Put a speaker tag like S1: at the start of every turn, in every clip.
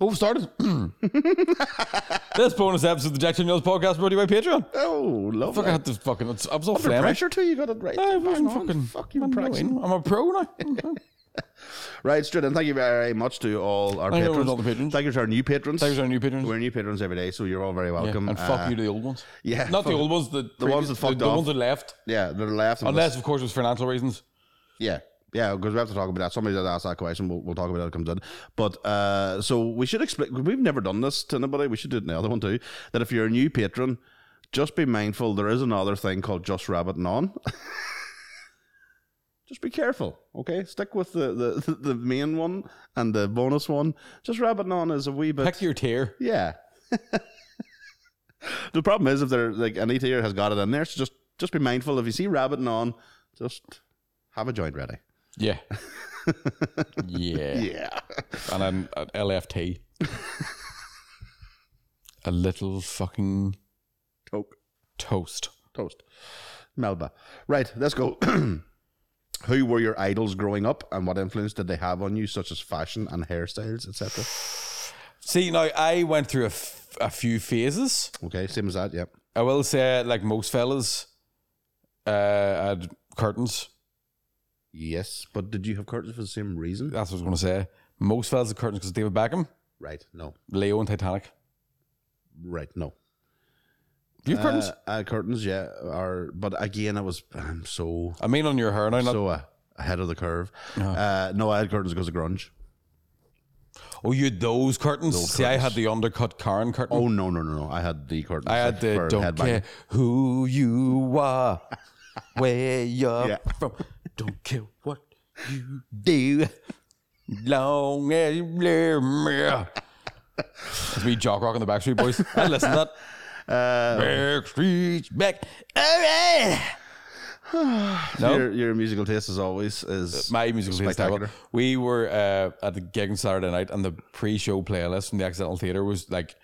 S1: Who started?
S2: This bonus episode of the Jack Tim News podcast brought to you by Patreon.
S1: oh, love
S2: Fuck, I had
S1: that.
S2: to fucking. it's- I'm so
S1: Under
S2: flabby.
S1: pressure too. You got it right.
S2: I
S1: Bang
S2: wasn't
S1: on.
S2: fucking.
S1: Fuck you,
S2: I'm
S1: practicing.
S2: knowing. I'm a pro now.
S1: Right, straight in. Thank you very much to all our
S2: Thank you
S1: patrons.
S2: to all the patrons.
S1: Thank you to our new patrons.
S2: Those are new patrons.
S1: We're new patrons every day, so you're all very
S2: Yeah,
S1: welcome.
S2: and fuck
S1: Uh,
S2: you to the old ones.
S1: yeah,
S2: Not the
S1: fuck-
S2: old ones. The,
S1: the ones that
S2: previous-
S1: fucked
S2: the, the
S1: off.
S2: ones that left.
S1: Yeah, they're left. and
S2: Unless, of course, it was financial reasons.
S1: Yeah. Yeah, because we have to talk about that. Somebody did ask that question. We'll, we'll talk about it when it comes in. But uh, so we should explain. We've never done this to anybody. We should do it in the other one too. That if you're a new patron, just be mindful there is another thing called Just Rabbit and On. just be careful, okay? Stick with the, the, the main one and the bonus one. Just Rabbit and On is a wee bit.
S2: Pick your tier.
S1: Yeah. the problem is if they're like an eight has got it in there, so just just be mindful if you see rabbit and on, just have a joint ready.
S2: Yeah. yeah.
S1: Yeah.
S2: And I'm at LFT. a little fucking
S1: Coke.
S2: toast.
S1: Toast. Melba. Right, let's go. Who were your idols growing up and what influence did they have on you, such as fashion and hairstyles, etc.?
S2: See, now I went through a, f- a few phases.
S1: Okay, same as that, yeah.
S2: I will say, like most fellas, uh, I had curtains.
S1: Yes, but did you have curtains for the same reason?
S2: That's what I was going to say. Most fellas had curtains because David Beckham,
S1: Right, no.
S2: Leo, and Titanic.
S1: Right, no.
S2: You have curtains?
S1: Uh, uh, curtains, yeah. Are, but again, I was, I'm so
S2: I mean, on your hair now. Not,
S1: so uh, ahead of the curve.
S2: Uh-huh.
S1: Uh, no, I had curtains because of grunge.
S2: oh, you had those curtains? See, I had
S1: curtains.
S2: the undercut Karen curtain.
S1: Oh no, no, no, no! I had the curtains.
S2: I had the
S1: for
S2: don't
S1: headbanging.
S2: care who you are, where you're
S1: Yeah.
S2: from, don't care what you do, long as you live. me. It's me, jock rock in the Backstreet Boys. I listen to that. Backstreet's back. All right. No?
S1: Your, your musical taste, as always, is
S2: My musical taste.
S1: Spectacular.
S2: terrible. We were uh, at the gig on Saturday night, and the pre-show playlist from the Accidental Theatre was like,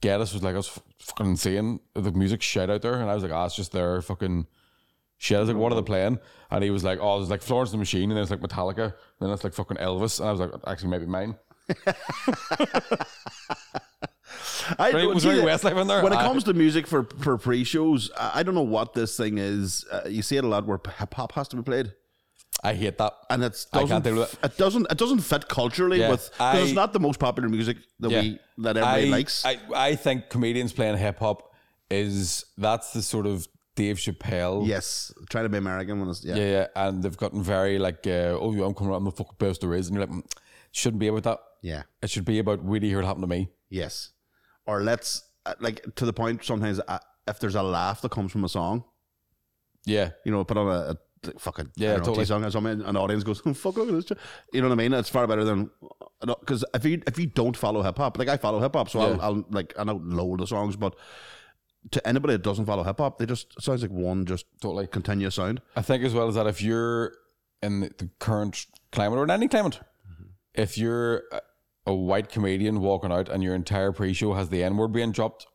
S2: Geddes was like, "That's f- fucking insane." The music shit out there, and I was like, "Ah, it's just their fucking shit." I was like, "What are they playing?" And he was like, "Oh, it's like Florence and the Machine, and then it's like Metallica, and then it's like fucking Elvis." And I was like, "Actually, maybe mine." Right,
S1: I don't-
S2: was
S1: see,
S2: there any Westlife in there?
S1: When it
S2: I-
S1: comes to music for for pre shows, I I don't know what this thing is. Uh, you see it a lot where hip hop has to be played,
S2: I hate that.
S1: and it
S2: I can't
S1: doesn't.
S2: deal with
S1: f- it doesn't. It doesn't fit culturally
S2: Yeah,
S1: with. 'cause it's
S2: I-
S1: not the most popular music that
S2: Yeah.
S1: we that everybody
S2: I,
S1: likes.
S2: I, I think comedians playing hip hop is that's the sort of Dave Chappelle.
S1: yes, trying to be American when it's yeah.
S2: Yeah, yeah, and they've gotten very like, uh, oh, yeah, I'm coming out, I'm the fucking best there is, and you're like, "Mm, shouldn't be about that.
S1: yeah.
S2: It should be about really here it happened to me.
S1: Yes. Or let's uh, like to the point sometimes uh, if there's a laugh that comes from a song,
S2: Yeah,
S1: you know, put on a, a fucking
S2: Yeah,
S1: yeah,
S2: totally.
S1: song or something, an audience goes, oh, "Fuck, look at this," ch-" you know what I mean? It's far better than because if you if you don't follow hip hop, like I follow hip hop, so I'll,
S2: Yeah.
S1: I'll like I know load of songs, but to anybody that doesn't follow hip hop, they just it sounds like one just
S2: totally.
S1: continuous sound.
S2: I think as well as that, if you're in the, the current climate or in any climate,
S1: Mm-hmm.
S2: if you're a, a white comedian walking out and your entire pre-show has the N-word being dropped,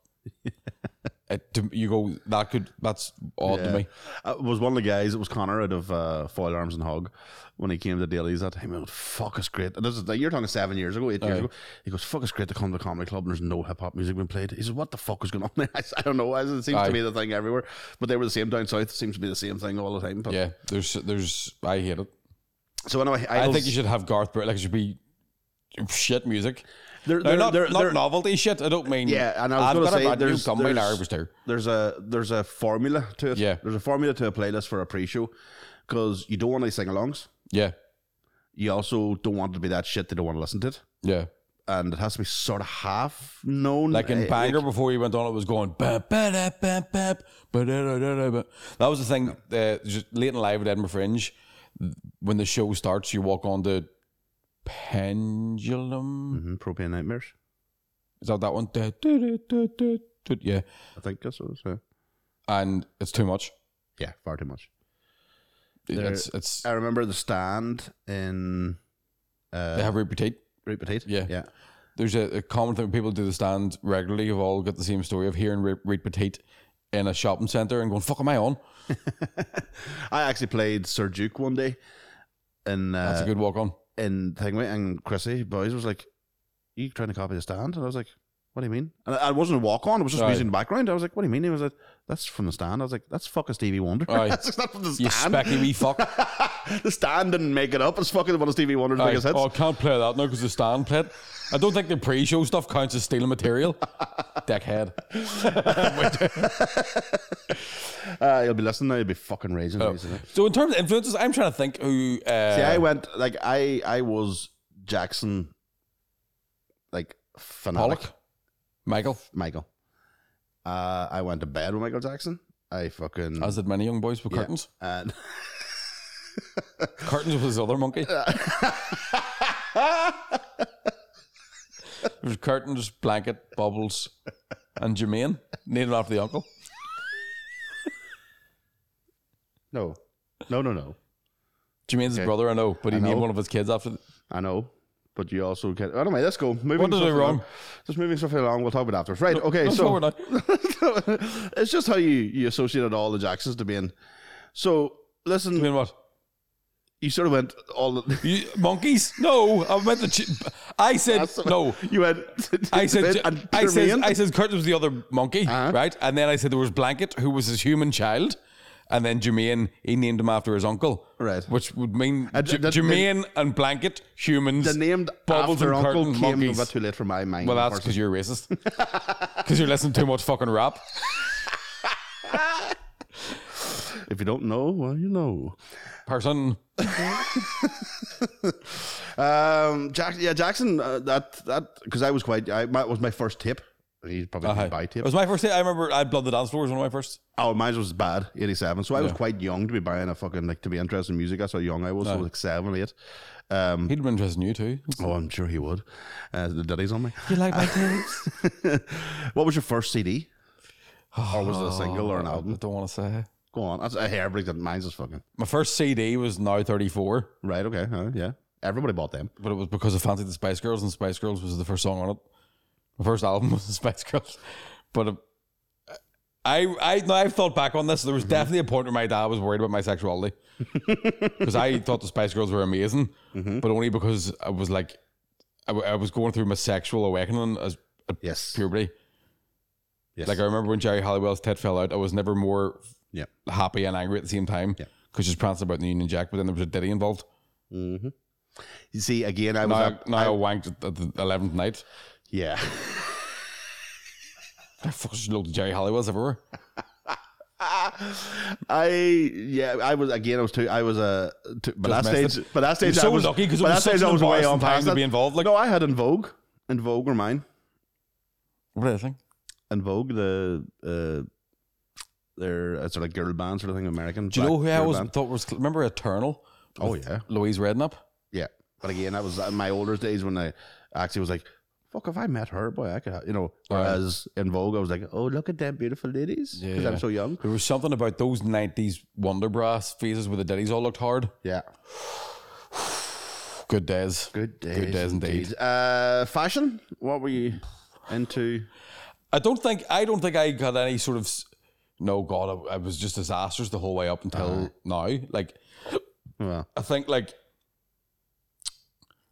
S2: it, to, you go that could that's odd to me.
S1: Uh, It was one of the guys. It was Connor out of uh, Foil Arms and Hog when he came to Daly's that time. He went, "Fuck, it's great." And this is like you're talking seven years ago, eight years ago. He goes, "Fuck, it's great to come to the comedy club and there's no hip hop music being played." He says, "What the fuck is going on there?" I, said, I don't know. I said, It seems
S2: Aye.
S1: to be the thing everywhere. But they were the same down south. It seems to be the same thing all the time. But,
S2: Yeah, there's there's I hate it.
S1: So anyway,
S2: I
S1: idols,
S2: think you should have Garth Brooks. Like it should be shit music.
S1: They're,
S2: No,
S1: they're-
S2: not,
S1: they're-
S2: not
S1: they're-
S2: novelty shit. I don't mean.
S1: Yeah, and I was
S2: I've
S1: gonna
S2: got a
S1: say,
S2: brand new
S1: there's-
S2: gun, my
S1: there's-
S2: nerves there.
S1: there's a there's a formula to it.
S2: Yeah.
S1: there's a formula to a playlist for a pre-show because you don't want any sing-alongs.
S2: Yeah,
S1: You also don't want it to be that shit. They don't want to listen to it.
S2: yeah.
S1: and it has to be sort of half known.
S2: Like in
S1: Eh,
S2: Banger before you went on, it was going. Bap, bap, bap, bap, ba, da, da, da, da, ba. That was the thing. Uh, just late in live at Edinburgh Fringe, when the show starts, you walk on the pendulum.
S1: Mhm, Propane Nightmares,
S2: Is that that one? Da, da, da, da, da, da. Yeah,
S1: I think that's what it was. Yeah,
S2: and it's too much.
S1: yeah far too much.
S2: It's it's
S1: I remember the stand in
S2: they have repeat.
S1: Rue Petite.
S2: Yeah.
S1: yeah.
S2: there's a, a common thing people do the stand regularly. You've all got the same story of hearing Re- Reed Petite in a shopping centre and going, fuck am I on?
S1: I actually played Sir Duke one day in
S2: That's
S1: uh,
S2: a good walk on.
S1: in Thingway, and Chrissy Boys was like, you trying to copy the stand? And I was like, what do you mean? And I I wasn't a walk on, it was just
S2: Right.
S1: music in the background. I was like, what do you mean? He was like, that's from the stand. I was like, that's fucking Stevie Wonder.
S2: Aye.
S1: that's not from the
S2: You
S1: stand.
S2: specky wee fuck.
S1: the stand didn't make it up. It's fucking one of Stevie Wonder's
S2: Aye.
S1: biggest hits.
S2: Oh, I can't play that now because the stand played. I don't think the pre-show stuff counts as stealing material. Deckhead.
S1: Uh, he'll be listening now. He'll be fucking raging.
S2: Oh.
S1: basically.
S2: So in terms of influences, I'm trying to think who. Uh,
S1: See, I went like I I was Jackson, like fanatic.
S2: Pollock, Michael,
S1: Michael. Uh, I went to bed with Michael Jackson. I fucking
S2: as did many young boys with curtains.
S1: and
S2: Curtains was his other monkey. It was curtains, blanket, bubbles, and Jermaine, named after the uncle.
S1: no, no, no, no.
S2: Jermaine's his brother, I know, but he named
S1: know.
S2: one of his kids after. The,
S1: I know, but you also get. Anyway, let's go. Moving
S2: What did I
S1: swiftly
S2: wrong?
S1: along- Just moving swiftly along. We'll talk about it after. Right. okay.
S2: Let's go
S1: so
S2: now.
S1: it's just how you you associated all the Jacksons to being. So
S2: I
S1: listen,
S2: mean, what?
S1: you sort of went all. The,
S2: You, monkeys? No, I meant the. Ch- I said
S1: That's-
S2: no.
S1: you went.
S2: I said,
S1: and
S2: I said,
S1: Jermaine.
S2: I said, Curtis was the other monkey,
S1: Uh-huh.
S2: right? And then I said there was Blanket, who was his human child, and then Jermaine, he named him after his uncle,
S1: Right.
S2: Which would mean
S1: Uh,
S2: J-
S1: the- the-
S2: Jermaine and Blanket, humans.
S1: the named
S2: Bubbles
S1: after
S2: and
S1: uncle
S2: curtains,
S1: came
S2: monkeys.
S1: a bit too late for my mind.
S2: well, that's because you're racist, because you're listening to too much fucking rap.
S1: if you don't know, well, you know.
S2: Person,
S1: Um, Jack, yeah, Jackson. Uh, that that because I was quite. I my, was my first tip. He probably
S2: Aye.
S1: didn't buy
S2: Uh-huh. it
S1: tip.
S2: was my first. Day, I remember I blood the dance floor was one of my first.
S1: Oh, mine was bad, eighty seven. So I was
S2: Yeah.
S1: quite young to be buying a fucking like to be interested in music. That's how young I was.
S2: Uh-huh.
S1: I was like seven or eight. Um,
S2: He'd have been interested in you too.
S1: oh, I'm sure he would. Uh, the daddy's on me.
S2: You like my tapes?
S1: what was your first CD? or was it a single or an
S2: Oh, I
S1: album?
S2: don't want to say.
S1: Go on. That's uh, a hairbreak that mine's is fucking
S2: My first CD was now 34.
S1: right. Okay, uh, yeah. Everybody bought them.
S2: but it was because I fancied the Spice Girls, and Spice Girls was the first song on it. My first album was the Spice Girls, but uh, I, I, now I've thought back on this. There
S1: Mm-hmm.
S2: was definitely a point where my dad was worried about my sexuality because I thought the Spice Girls were amazing,
S1: Mm-hmm.
S2: but only because I was like, I, w- I was going through my sexual awakening as a
S1: Yes.
S2: puberty.
S1: Yes.
S2: Like I remember when Jerry Halliwell's tit fell out, I was never more
S1: Yeah.
S2: happy and angry at the same time
S1: Yeah.
S2: because she's prancing about in the Union Jack, but then there was a ditty involved.
S1: Mm-hmm. You see, again, I was
S2: Now, I,
S1: up-
S2: now I,
S1: I-
S2: wanked at the eleventh night.
S1: yeah.
S2: I fucking just looked at Jerry Halliwell's everywhere.
S1: I yeah I was again I was too I was a too, but that
S2: Just messed
S1: stage but that stage
S2: You're so
S1: I was
S2: lucky 'cause it
S1: by
S2: was
S1: that stage
S2: such
S1: I
S2: an
S1: was way
S2: embarrassing
S1: on
S2: time
S1: past
S2: to
S1: it.
S2: be involved, like-
S1: no I had in Vogue in Vogue were mine
S2: What do I think?
S1: in Vogue the uh their uh, sort of girl band sort of thing American
S2: Do you know
S1: black
S2: who I
S1: girl
S2: was
S1: band.
S2: thought was remember Eternal?
S1: oh
S2: with
S1: yeah
S2: Louise Redknapp.
S1: yeah but again that was in my older days when I actually was like fuck if I met her boy I could have, you know whereas in Vogue I was like oh look at them beautiful ladies because
S2: Yeah.
S1: I'm so young
S2: There was something about those '90s Wonder Brass phases where the ditties all looked hard.
S1: yeah
S2: Good days.
S1: good days
S2: Good days indeed.
S1: uh fashion what were you into
S2: I don't think I don't think I got any sort of. s- No, God, I, I was just disastrous the whole way up until now. Like
S1: well
S2: I think like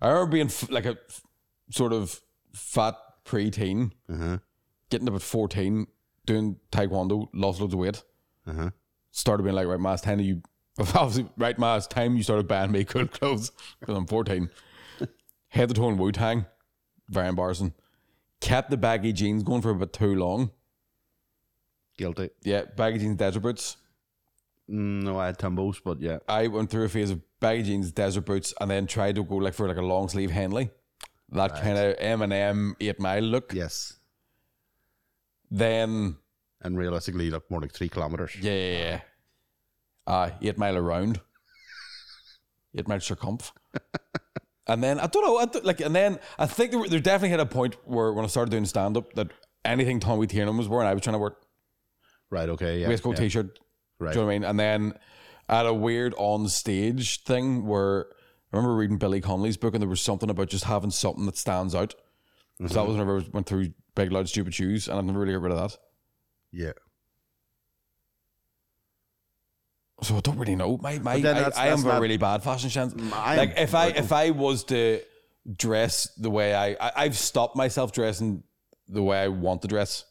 S2: I remember being f- like a f- sort of fat pre-teen,
S1: Uh-huh.
S2: getting about fourteen, doing taekwondo, lost loads of weight.
S1: Uh-huh.
S2: Started being like, right, ma, it's time that you obviously right, ma, it's time you started buying me cool clothes because I'm fourteen. Head to toe in Wu Tang, very embarrassing. Kept the baggy jeans going for a bit too long.
S1: Guilty.
S2: Yeah, baggy jeans, desert boots.
S1: Mm, No, I had Tumbos, but yeah.
S2: I went through a phase of baggy jeans, desert boots, and then tried to go like for like a long sleeve Henley, that kind of M and M eight mile look.
S1: Yes.
S2: Then
S1: And realistically, you look more like three kilometers.
S2: yeah, yeah, yeah. Uh, eight mile around, eight mile circumf. and then I don't know, I don't- like, and then I think there, were, there definitely had a point where when I started doing stand up that anything Tommy Tiernan was wearing, I was trying to wear
S1: Right. Okay. Yeah.
S2: waistcoat
S1: yeah.
S2: t-shirt.
S1: Right.
S2: Do you know what I mean? And then I had a weird on stage thing where I remember reading Billy Connolly's book and there was something about just having something that stands out. So that was whenever I went through Big Loud Stupid Shoes and I've never really got rid of
S1: Yeah.
S2: that. So I don't really know. My, my
S1: then
S2: I,
S1: that's- Mm.
S2: I am
S1: that's
S2: a
S1: not-
S2: really bad fashion sense.
S1: I am
S2: Like if I if I was to dress the way I, I I've stopped myself dressing the way I want to dress.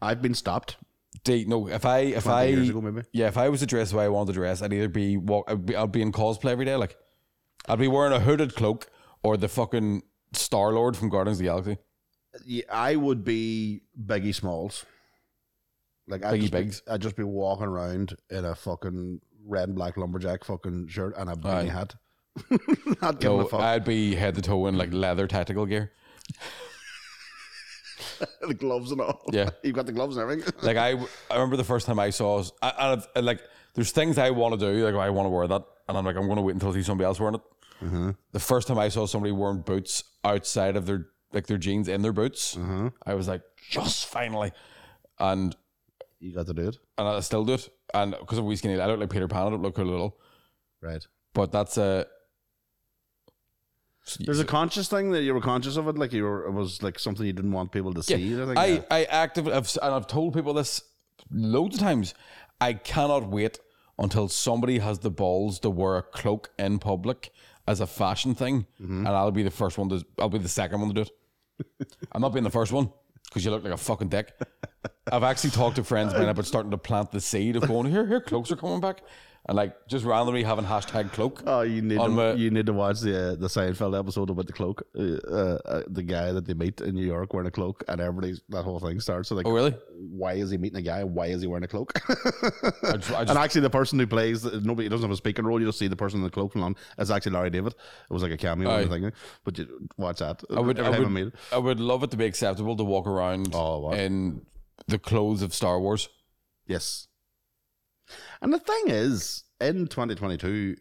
S1: I've been stopped
S2: Date no, if I if
S1: 20
S2: I
S1: years ago, maybe.
S2: yeah, if I was to dress the way I wanted to dress, I'd either be walk, I'd be, I'd be in cosplay every day, like I'd be wearing a hooded cloak or the fucking Star Lord from Guardians of the Galaxy,
S1: Yeah, I would be Biggie Smalls. Like I'd
S2: Biggie
S1: just,
S2: Biggs.
S1: Be, I'd just be walking around in a fucking red and black lumberjack fucking shirt and a
S2: Aye.
S1: beanie hat. Not giving a
S2: so
S1: fuck.
S2: I'd be head to toe in like leather tactical gear.
S1: the gloves and all.
S2: Yeah.
S1: You've got the gloves and everything.
S2: Like I, I remember the first time I saw, I, I, I've- like there's things I want to do, like I want to wear that, and I'm like I'm going to wait until I see somebody else wearing it.
S1: Uh-huh.
S2: The first time I saw somebody wearing boots outside of their like their jeans in their boots,
S1: Uh-huh.
S2: I was like, yes, finally, and
S1: You got to do it.
S2: and I still do it, and because I'm wee skinny, I look like Peter Pan, I don't look cool at all,
S1: Right.
S2: but that's a.
S1: There's a conscious thing that you were conscious of it, like you were it was like something you didn't want people to
S2: Yeah,
S1: see. I think.
S2: I,
S1: yeah.
S2: I actively, I've, s- and I've told people this loads of times. I cannot wait until somebody has the balls to wear a cloak in public as a fashion thing,
S1: Mm-hmm.
S2: and I'll be the first one to, I'll be the second one to do it. I'm not being the first one because you look like a fucking dick. I've actually talked to friends of mine about starting to plant the seed of going here, here, cloaks are coming back, and like just randomly having hashtag cloak.
S1: Oh, you need to,
S2: On my-
S1: you need to watch the uh, the Seinfeld episode about the cloak. Uh, uh, uh, the guy that they meet in New York wearing a cloak, and everybody's that whole thing starts. So like,
S2: Oh really?
S1: why is he meeting a guy? Why is he wearing a cloak?
S2: I just, I just
S1: and actually, the person who plays nobody doesn't have a speaking role. You just see the person in the cloak from on. It's actually Larry David. It was like a cameo or
S2: Aye.
S1: thing. But you watch that.
S2: I would,
S1: Every
S2: I
S1: time
S2: would,
S1: meet it.
S2: I would love it to be acceptable to walk around
S1: Oh, wow.
S2: in the clothes of Star Wars.
S1: Yes. And the thing is, in 2022,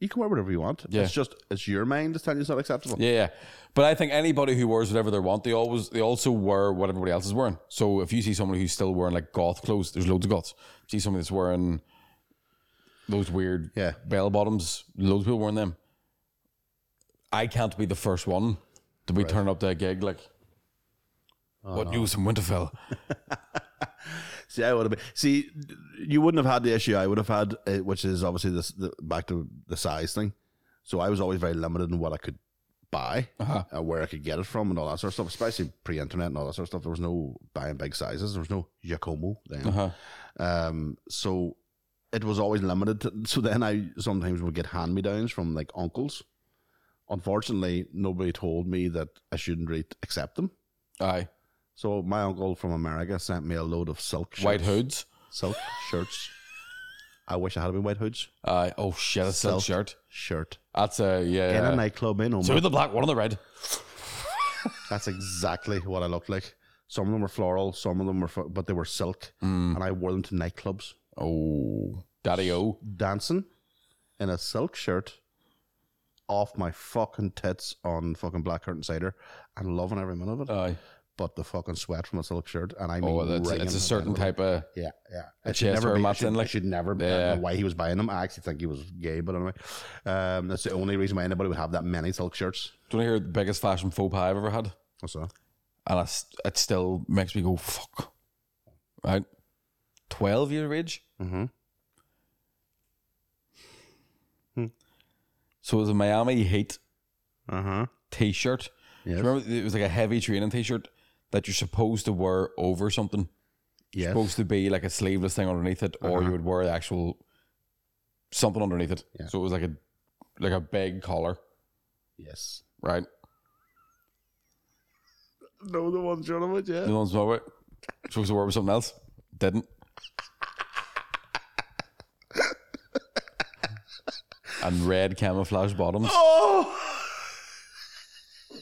S1: you can wear whatever you want.
S2: Yeah.
S1: It's just it's your mind that's telling you it's not acceptable.
S2: Yeah, yeah. But I think anybody who wears whatever they want, they always they also wear what everybody else is wearing. So if you see somebody who's still wearing like goth clothes, there's loads of goths. If you see somebody that's wearing those weird
S1: Yeah.
S2: bell bottoms, loads of people wearing them. I can't be the first one to be turning up to a gig like what news from Winterfell?
S1: See, I would have been. See, you wouldn't have had the issue I would have had, uh, which is obviously this the, back to the size thing. So I was always very limited in what I could buy,
S2: Uh-huh.
S1: uh, where I could get it from, and all that sort of stuff. Especially pre-internet and all that sort of stuff. There was no buying big sizes. There was no Yakomo then.
S2: Uh-huh.
S1: Um, so it was always limited. To, so then I sometimes would get hand me downs from like uncles. Unfortunately, nobody told me that I shouldn't really accept them.
S2: Aye.
S1: So my uncle from America sent me a load of silk shirts.
S2: White hoods.
S1: silk shirts. I wish I had been white hoods.
S2: Aye. Oh shit, a silk
S1: Silk.
S2: shirt.
S1: Shirt
S2: That's a yeah.
S1: in a nightclub in
S2: Two
S1: Omagh.
S2: in the black, one in the red.
S1: That's exactly what I looked like. Some of them were floral, some of them were, fu- but they were silk,
S2: Mm.
S1: and I wore them to nightclubs,
S2: Oh, Daddy O.
S1: dancing in a silk shirt, off my fucking tits on fucking black curtain cider, and loving every minute of it.
S2: Aye.
S1: but the fucking sweat from a silk shirt, and I mean,
S2: Oh, well, it's,
S1: wringing
S2: it's a
S1: it
S2: certain
S1: down.
S2: type of.
S1: Yeah, yeah. It
S2: chest hair
S1: be. I
S2: match
S1: should,
S2: in, like-
S1: it should never. be I
S2: Yeah.
S1: don't know why he was buying them. I actually think he was gay, but anyway, um, that's the only reason why anybody would have that many silk shirts.
S2: Do you want to hear the biggest fashion faux pas I've ever had?
S1: What's that?
S2: And I, st- it still makes me go fuck. Right, twelve year of age.
S1: Mm-hmm.
S2: So it was a Miami Heat
S1: Uh huh.
S2: T-shirt. Do
S1: Yes.
S2: you remember it was like a heavy training T-shirt that you're supposed to wear over something.
S1: Yes. Uh-huh.
S2: Supposed to be like a sleeveless thing underneath it, or you would wear the actual something underneath it.
S1: Yeah.
S2: So it was like a like a big collar,
S1: Yes.
S2: right?
S1: No, the ones you're on with, yeah.
S2: The ones know it. Supposed to wear with something else. Didn't. and red camouflage bottoms.
S1: Oh.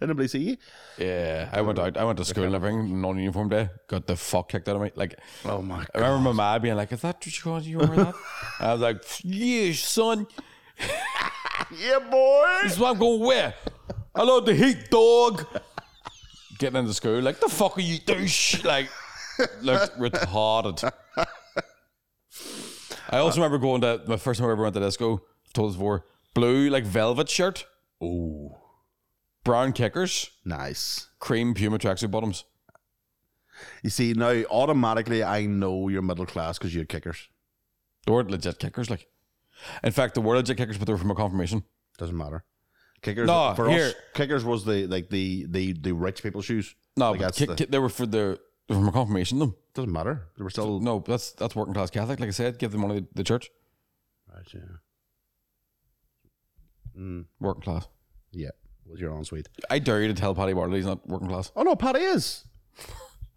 S1: Anybody see you?
S2: Yeah, I went out. I went to school and everything. Non-uniform day. Got the fuck kicked out of me. Like
S1: Oh my
S2: I remember my mom being like, "Is that what you want? You wear that?" I was like, "Yeah, son.
S1: Yeah, boy.
S2: This is what I'm going to wear. I love the heat, dog." Getting into school, like the fuck are you douche? Like looked retarded. I also remember going to my first time I ever went to disco. I've told this before. Blue like velvet shirt,
S1: Oh,
S2: brown kickers,
S1: nice.
S2: cream puma tracksuit bottoms.
S1: You see now, automatically, I know you're middle class because you're kickers.
S2: They weren't legit kickers, like. In fact, they were legit kickers, but they were from a confirmation.
S1: Doesn't matter. Kickers
S2: No,
S1: for
S2: here.
S1: us. Kickers was the like the the the rich people's shoes.
S2: No,
S1: Like,
S2: but
S1: that's
S2: ki-
S1: the-
S2: ki- they were for the they were from a confirmation. Them
S1: Doesn't matter. They were still
S2: no, that's that's working class Catholic. Like I said, give the money to the church.
S1: right, yeah. Mm,
S2: Working class.
S1: yeah, was your ensuite?
S2: I dare you to tell Paddy Bartley he's not working class.
S1: Oh no, Paddy is.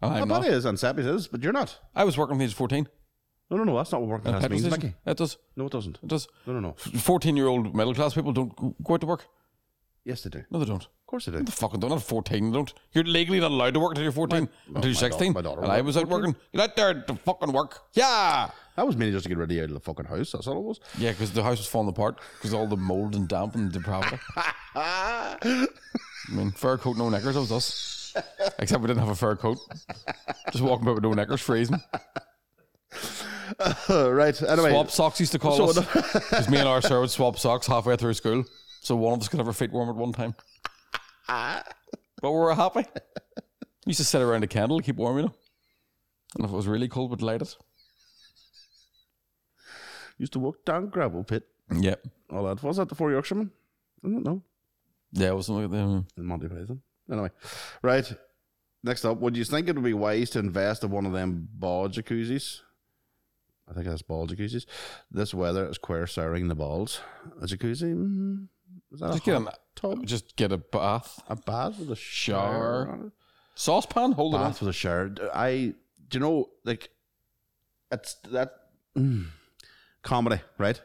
S2: I'm not.
S1: Paddy is, and Seppi is, but you're not.
S2: I was working when he was fourteen.
S1: No, no, no. That's not what working class
S2: Petrol
S1: means,
S2: station.
S1: Mickey.
S2: It does.
S1: No, it doesn't.
S2: It does.
S1: No, no, no.
S2: Fourteen-year-old middle class people don't go- go out to work.
S1: Yes, they do. Of
S2: No, they don't.
S1: course they do.
S2: The fucking don't. Not fourteen. Don't. You're legally not allowed to work until you're fourteen. until you're
S1: my daughter-
S2: sixteen.
S1: my daughter
S2: and I
S1: worked
S2: was out working. You're out there to fucking work. Yeah.
S1: That was mainly just to get rid of you out of the fucking house. That's all it was.
S2: Yeah, because the house was falling apart because all the mold and damp and depravity. I mean, fur coat, no knickers. That was us. Except we didn't have a fur coat. Just walking about with no knickers, freezing.
S1: right. Anyway,
S2: Swap socks used to call
S1: So
S2: us. Because me and our sir would swap socks halfway through school, so one of us could have our feet warm at one time. But we were happy. Used to sit around a candle, to keep warm, you know. And if it was really cold, we'd light it.
S1: used to walk down gravel pit.
S2: Yep.
S1: All that was that the Four Yorkshiremen? I don't know.
S2: Yeah, it was something like um, that.
S1: In Monty Python. Anyway, right. Next up, would you think it would be wise to invest in one of them ball jacuzzis? I think that's ball jacuzzis. This weather is queer souring the balls. A jacuzzi? Mm, is that
S2: Just
S1: a
S2: get,
S1: hot
S2: an,
S1: tub?
S2: just get a bath.
S1: A bath with a
S2: Shower.
S1: shower? on it?
S2: Saucepan? Hold it on.
S1: bath with a shower. I do you know like it's that mm, comedy right.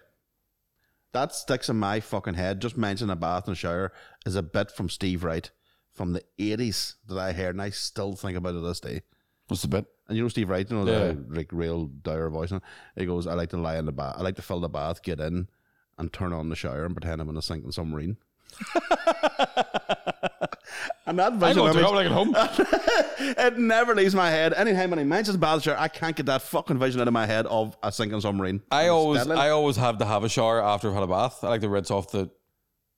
S1: That sticks in my fucking head. Just mentioning a bath and a shower is a bit from Steve Wright from the eighties that I heard, and I still think about it to this day.
S2: Just a bit.
S1: And you know Steve Wright, you know
S2: Yeah.
S1: the like real dire voice. and He goes, "I like to lie in the bath. I like to fill the bath, get in, and turn on the shower and pretend I'm in a sinking submarine." and that
S2: I'm
S1: visual
S2: going to
S1: image
S2: go like at home.
S1: it never leaves my head. Anytime when he mentions bath shower, I can't get that fucking vision out of my head of a sinking submarine.
S2: I
S1: It's
S2: always
S1: deadly.
S2: I always have to have a shower after I've had a bath. I like to rinse off the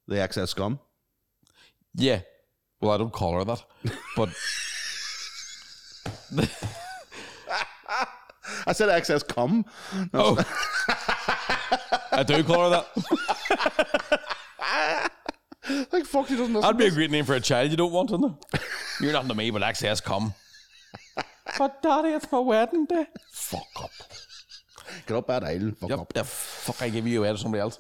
S1: the excess scum.
S2: yeah. Well, I don't call her that, but
S1: I said excess cum. No,
S2: oh, I do call her that.
S1: like fuck, he doesn't. Listen.
S2: That'd be a great name for a child you don't want, isn't it? You're nothing to me, but access come. But daddy, it's my wedding day. Fuck up.
S1: Get up that island. Fuck
S2: Yep.
S1: up.
S2: The fuck I give you away to somebody else.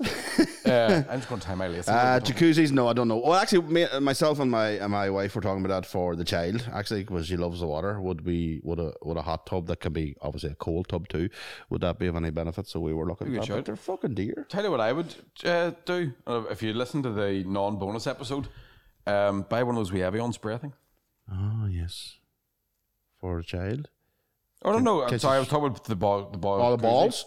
S2: Uh, I'm just going to tie my lace.
S1: Uh, jacuzzis? No, I don't know. Well, actually, me, myself and my and my wife were talking about that for the child. Actually, because she loves the water, would be would a would a hot tub that can be obviously a cold tub too? Would that be of any benefit? So we were looking.
S2: Good
S1: at that,
S2: shout.
S1: but they're fucking dear.
S2: Tell you what I would uh, do uh, if you listen to the non-bonus episode. Um, buy one of those wee Evian spray thing.
S1: Oh
S2: Ah,
S1: yes, for a child.
S2: Oh no, no! I'm
S1: catch
S2: sorry, I
S1: a-
S2: was talking about the ball. The ball.
S1: all the balls.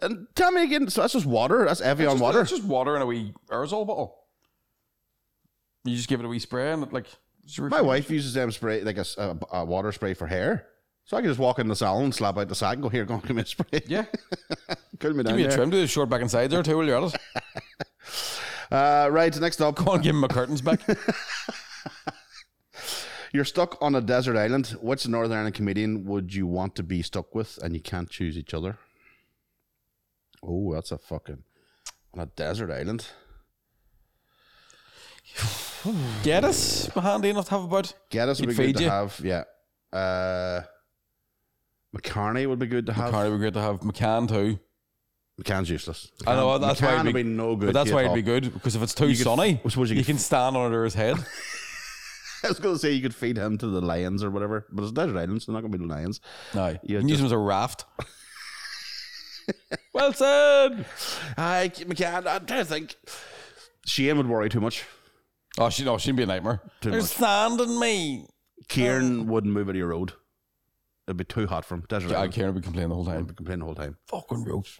S1: And tell me again, so that's just water. That's Evian
S2: Just,
S1: water.
S2: It's just water in a wee aerosol bottle. You just give it a wee spray and it like. it's
S1: My
S2: refresh.
S1: wife uses them spray like a, s- a- a water spray for hair, so I can just walk in the salon, slap out the sack, and go here, go on, give me a spray.
S2: Yeah,
S1: Cool me
S2: give
S1: down
S2: me a
S1: there.
S2: trim to the short back and sides there too. Will you at it?
S1: Uh, right, next up,
S2: Go on, give him my curtains back.
S1: you're stuck on a desert island. Which Northern Ireland comedian would you want to be stuck with, and you can't choose each other? Oh, that's a fucking on a desert island.
S2: Get us handy enough to have about.
S1: Geddes would
S2: He'd
S1: be
S2: feed
S1: good to
S2: you.
S1: have. Yeah. Uh, McCarney would be good to have.
S2: Carney would be great to have McCann too,
S1: McCann's useless.
S2: I know, that's why
S1: McCann
S2: it'd
S1: would
S2: be-
S1: be no good.
S2: but that's
S1: to
S2: why
S1: you
S2: it'd be
S1: at
S2: good because if it's too
S1: could-
S2: sunny,
S1: I suppose you
S2: you
S1: could-
S2: can stand on under his head.
S1: all. I was going to say you could feed him to the lions or whatever, but it's desert islands. They're not going to be the lions.
S2: No, you can
S1: just-
S2: use him as a raft. well said.
S1: I McCann. I'm trying to think. Shane would worry too much.
S2: Oh, she no, she'd be a nightmare.
S1: Too
S2: They're
S1: much.
S2: sanding me.
S1: Kieran wouldn't move out of your road. It'd be too hot for him. Desert
S2: Uh. I
S1: island.
S2: can't be complaining the whole time.
S1: I'd be complaining the whole time.
S2: Fucking roast.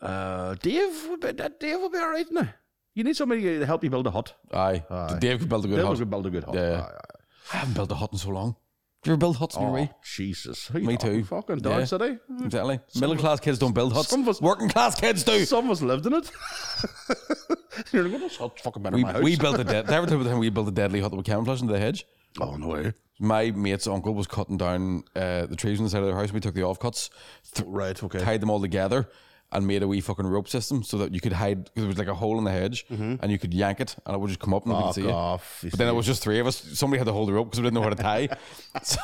S1: Uh, Dave would be that Dave would be all right now. You need somebody to help you build a hut.
S2: Aye.
S1: Aye.
S2: Dave could build a good
S1: Dave
S2: hut.
S1: would build a good hut.
S2: Yeah.
S1: Aye, aye.
S2: I haven't built a hut in so long. Do you ever build huts in your
S1: Oh,
S2: way?
S1: Jesus. Who you
S2: Me
S1: talking
S2: too.
S1: Fucking Dodge
S2: Yeah.
S1: City.
S2: Exactly. Middle class kids don't build huts.
S1: Mm. some of us-
S2: Working class kids do.
S1: Some of us lived in it. You're like, "Well, that's not fucking better
S2: We,
S1: than my house."
S2: we built a dead. Every time we built a deadly hut that we camouflaged into the hedge.
S1: oh, no way.
S2: My mate's uncle was cutting down uh, the trees on the side of their house. We took the offcuts, th-
S1: Right, okay.
S2: tied them all together, and made a wee fucking rope system so that you could hide because it was like a hole in the hedge and you could yank it and it would just come up and they could
S1: Fuck
S2: see you.
S1: off. you
S2: But then it
S1: see.
S2: was just three of us. Somebody had to hold the rope because we didn't know how to tie. so,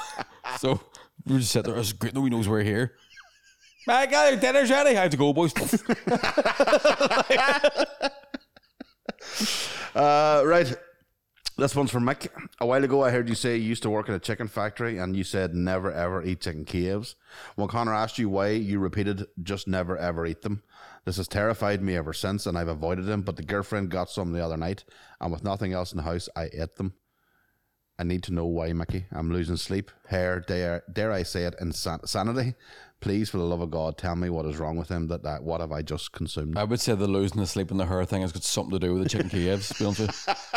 S2: so we just sat there. It's great. Nobody knows we're here. Michael, your dinner's ready. I have to go, boys.
S1: Uh, right. This one's from Mick. A while ago, I heard you say you used to work at a chicken factory and you said never ever eat chicken caves. When Connor asked you why, you repeated just never ever eat them. This has terrified me ever since and I've avoided them, but the girlfriend got some the other night and with nothing else in the house, I ate them. I need to know why, Mickey. I'm losing sleep, hair, dare, dare I say it, insanity. Please, for the love of God, tell me what is wrong with him. That, that what have I just consumed?
S2: I would say the losing the sleep and the hair thing has got something to do with the chicken caves. To be honest with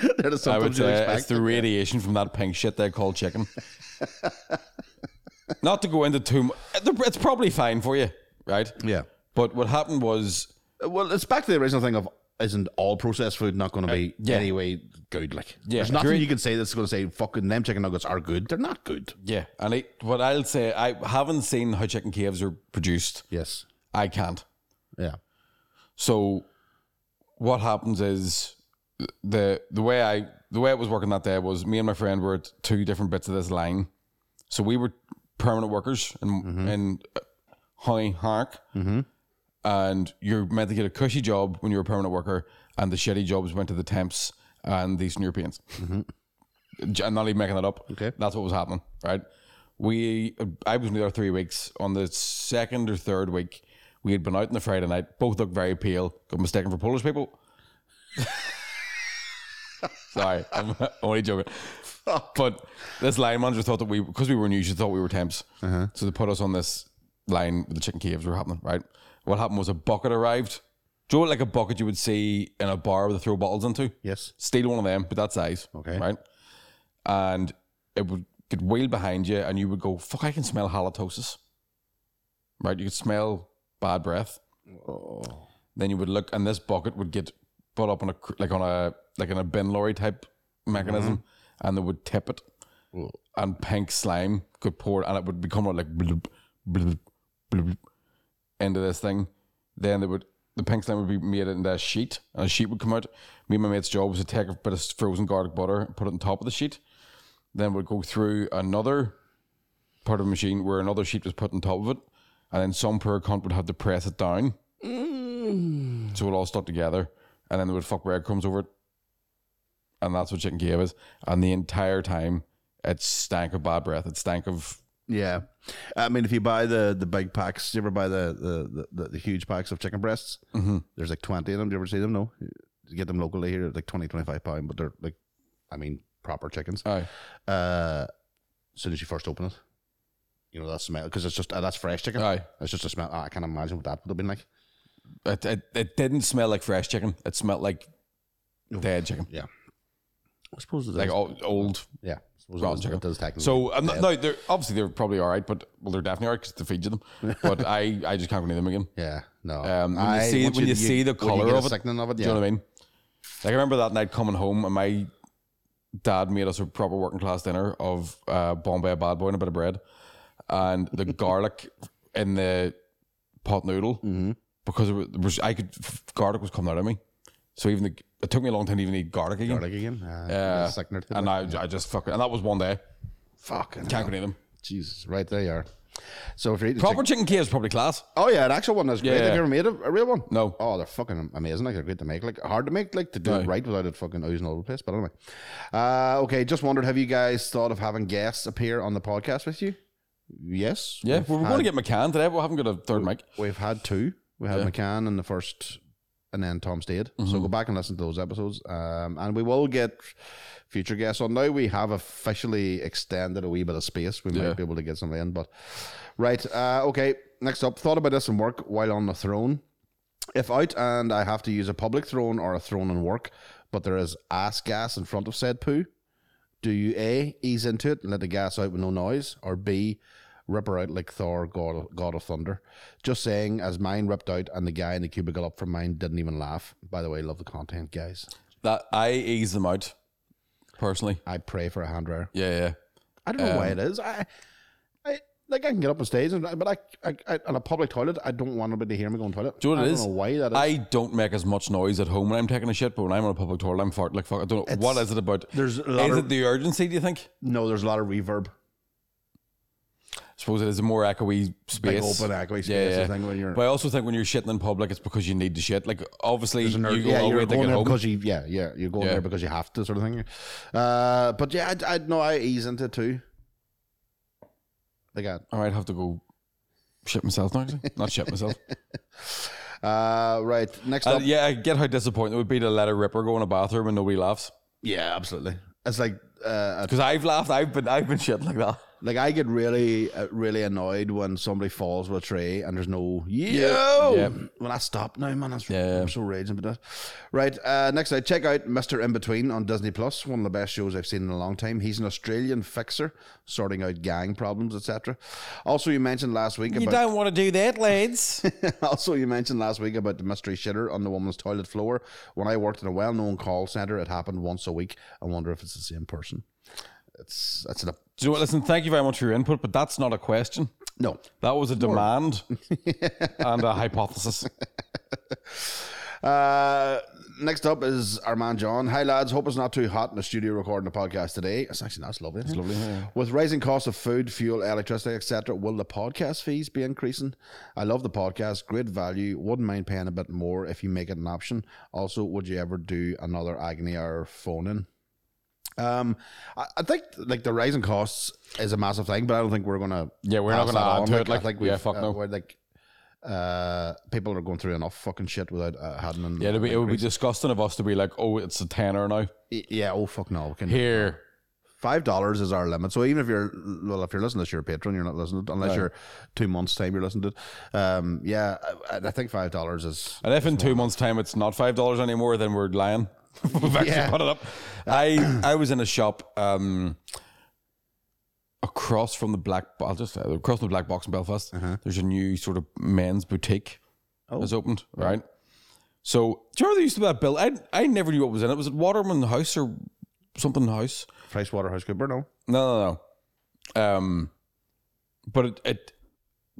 S2: you.
S1: There is
S2: I would
S1: something to
S2: say it's
S1: expect.
S2: the radiation from that pink shit they call chicken. Not to go into too much, it's probably fine for you, right?
S1: yeah.
S2: But what happened was,
S1: Uh, Well, it's back to the original thing of isn't all processed food not going to be anyway good? Like,
S2: Yeah,
S1: there's nothing
S2: agree.
S1: you can say that's going to say fucking them chicken nuggets are good. They're not good.
S2: yeah, and I, what I'll say, I haven't seen how chicken caves are produced.
S1: Yes.
S2: I can't.
S1: Yeah.
S2: So what happens is the the way I the way it was working that day was me and my friend were at two different bits of this line. So we were permanent workers in in High Hark. And you're meant to get a cushy job when you're a permanent worker, and the shitty jobs went to the temps and the Eastern Europeans. I'm not even making that up.
S1: Okay.
S2: That's what was happening, right? We, I was only there three weeks. On the second or third week, we had been out on the Friday night. Both looked very pale. Got mistaken for Polish people. Sorry, I'm only joking. But this line manager thought that we, because we were new, she thought we were temps. So they put us on this line where the chicken caves were happening, right? What happened was a bucket arrived. Do you know what, like a bucket you would see in a bar where they throw bottles into?
S1: Yes.
S2: steal one of them, but that size.
S1: Okay.
S2: Right? And it would get wheeled behind you and you would go, fuck, I can smell halitosis. Right? You could smell bad breath. Then you would look and this bucket would get put up on a cr- like on a like in a bin lorry type mechanism and they would tip it and pink slime could pour and it would become like bloop, bloop, bloop, into this thing. Then they would the pink slime would be made into a sheet, and a sheet would come out. Me and my mate's job was to take a bit of frozen garlic butter, put it on top of the sheet. Then we'd go through another part of the machine where another sheet was put on top of it, and then some poor cunt would have to press it down,
S1: Mm.
S2: so it all stuck together. And then they would fuck breadcrumbs over it, and that's what chicken cave is. And the entire time, it stank of bad breath. It stank of
S1: Yeah. I mean, if you buy the the big packs, do you ever buy the the, the, the, the huge packs of chicken breasts? Mm-hmm. There's like 20 of them. Do you ever see them? No. You get them locally here, like 20, 25 pound, but they're like, I mean, proper chickens.
S2: aye.
S1: Uh, as soon as you first open it, you know that smell because it's just uh, that's fresh chicken.
S2: Aye.
S1: It's just a smell. I can't imagine what that would have been like.
S2: It, it, it didn't smell like fresh chicken. It smelled like dead chicken,
S1: Yeah. I suppose it's
S2: like old. old.
S1: Yeah, suppose
S2: Rotten
S1: it does,
S2: chicken.
S1: it does technically.
S2: So I'm not, no, they're obviously they're probably all right, but well, they're definitely all right because they feed you them. But I, I just can't go near them again.
S1: yeah, no.
S2: Um, when you see-
S1: once
S2: when you see the
S1: when
S2: colour
S1: get a
S2: of it,
S1: sickening of it,
S2: Do
S1: yeah.
S2: you know what I mean? Like I remember that night coming home and my dad made us a proper working class dinner of uh, Bombay bad boy and a bit of bread, and the garlic in the pot noodle because it was, I could garlic was coming out of me. So even the, it took me a long time to even eat garlic again.
S1: Garlic again, uh,
S2: Yeah.
S1: yeah, sickening. to
S2: and
S1: it.
S2: I, I just fucking and that was one day.
S1: fucking
S2: Can't
S1: hell.
S2: go near them.
S1: Jesus, right there you are. So if you're eating
S2: Proper
S1: chicken-
S2: chicken cave is probably class.
S1: oh yeah, an actual one that's great.
S2: Yeah.
S1: Have you ever made a, a real one?
S2: No.
S1: Oh, they're fucking amazing. Like they're great to make. Like hard to make. Like to do it
S2: Aye.
S1: right without it fucking oozing all over the place. But anyway, uh, okay. Just wondered, have you guys thought of having guests appear on the podcast with you? Yes.
S2: Yeah,
S1: we've
S2: we're
S1: had-
S2: going to get McCann today. but We haven't got a third mic.
S1: We've had two. We had McCann in the first, and then Tom stayed. So go back and listen to those episodes. Um, and we will get future guests on. Now we have officially extended a wee bit of space. We
S2: Yeah.
S1: might be able to get something in. But right, uh, okay. Next up, thought about this in work while on the throne. If out and I have to use a public throne or a throne in work, but there is ass gas in front of said poo, do you A, ease into it and let the gas out with no noise, or B, rip her out like Thor, God of, God of Thunder? Just saying, as mine ripped out and the guy in the cubicle up from mine didn't even laugh. By the way, love the content, guys.
S2: That I ease them out personally.
S1: I pray for a hand dryer.
S2: Yeah, yeah.
S1: I don't know why it is. I, I, Like I can get up on stage, and, but I, I, I on a public toilet, I don't want anybody to hear me going toilet.
S2: Do you know what
S1: I
S2: it
S1: don't
S2: is?
S1: know why that is.
S2: I don't make as much noise at home when I'm taking a shit, but when I'm on a public toilet, I'm farting like fuck. I don't know what is it about.
S1: there's a lot
S2: Is
S1: of-
S2: it the urgency? Do you think?
S1: no, there's a lot of reverb,
S2: I suppose it is a more echoey
S1: like
S2: space.
S1: open echoey space.
S2: yeah, yeah.
S1: I think when you're
S2: But I also think when you're shitting in public, it's because you need to shit. Like obviously, you
S1: There's an
S2: go
S1: urge-
S2: all
S1: yeah,
S2: the way
S1: you're
S2: to
S1: going
S2: get
S1: there
S2: home.
S1: because you, yeah, yeah, you're going
S2: Yeah.
S1: there because you have to, sort of thing. Uh, but yeah, I, I no, I ease into it too. Like uh, that.
S2: I might have to go shit myself now. actually. Not shit myself.
S1: Uh, right, next
S2: Uh,
S1: up,
S2: yeah, I get how disappointing it would be to let a ripper go in a bathroom and nobody laughs.
S1: yeah, absolutely. It's like uh,
S2: Because I've laughed. I've been I've been shitting like that.
S1: like I get really, uh, really annoyed when somebody falls with a tray and there's no yo.
S2: Yeah.
S1: When I stop now, man, that's,
S2: Yeah.
S1: I'm so raging about that. Right, uh, next I check out Mister In Between on Disney Plus. One of the best shows I've seen in a long time. He's an Australian fixer sorting out gang problems, etc. Also, you mentioned last week about
S2: don't want to do that, lads.
S1: also, you mentioned last week about the mystery shitter on the woman's toilet floor. When I worked in a well-known call center, it happened once a week. I wonder if it's the same person. It's that's a
S2: Do you know what? Listen, thank you very much for your input, but that's not a question.
S1: no.
S2: That was a demand and a hypothesis.
S1: Uh, next up is Armand John. Hi lads, hope it's not too hot in the studio recording the podcast today. It's actually that's lovely. It's lovely. With rising costs of food, fuel, electricity, etc., will the podcast fees be increasing? I love the podcast, great value. Wouldn't mind paying a bit more if you make it an option. Also, would you ever do another agony hour phone in? Um, I, I think like the rising costs is a massive thing, but I don't think we're gonna.
S2: Yeah, we're not
S1: pass
S2: gonna
S1: that
S2: add
S1: on.
S2: to it, like,
S1: I think
S2: yeah,
S1: we've,
S2: fuck
S1: uh,
S2: no.
S1: We're like, uh, people are going through enough fucking shit without uh, having. An,
S2: Yeah, it'd be, it would be disgusting of us to be like, oh, it's a tenner now.
S1: yeah. Oh fuck no. We can-
S2: Here.
S1: Five dollars is our limit. So even if you're well, if you're listening to your patron, you're not listening to it unless you're two months time you're listening to it. Um, yeah, I, I think five dollars is
S2: And if in two months' time it's not five dollars anymore, then we're lying. We've actually
S1: Yeah.
S2: put it up. I I was in a shop um, across from the black. Bo- I'll just across from the black box in Belfast. There's a new sort of men's boutique that's opened, right? So do you remember there used to be that bill? I I never knew what was in it. Was it Waterman House or something House?
S1: Price Waterhouse Cooper. No,
S2: No, no, no. Um, but it, it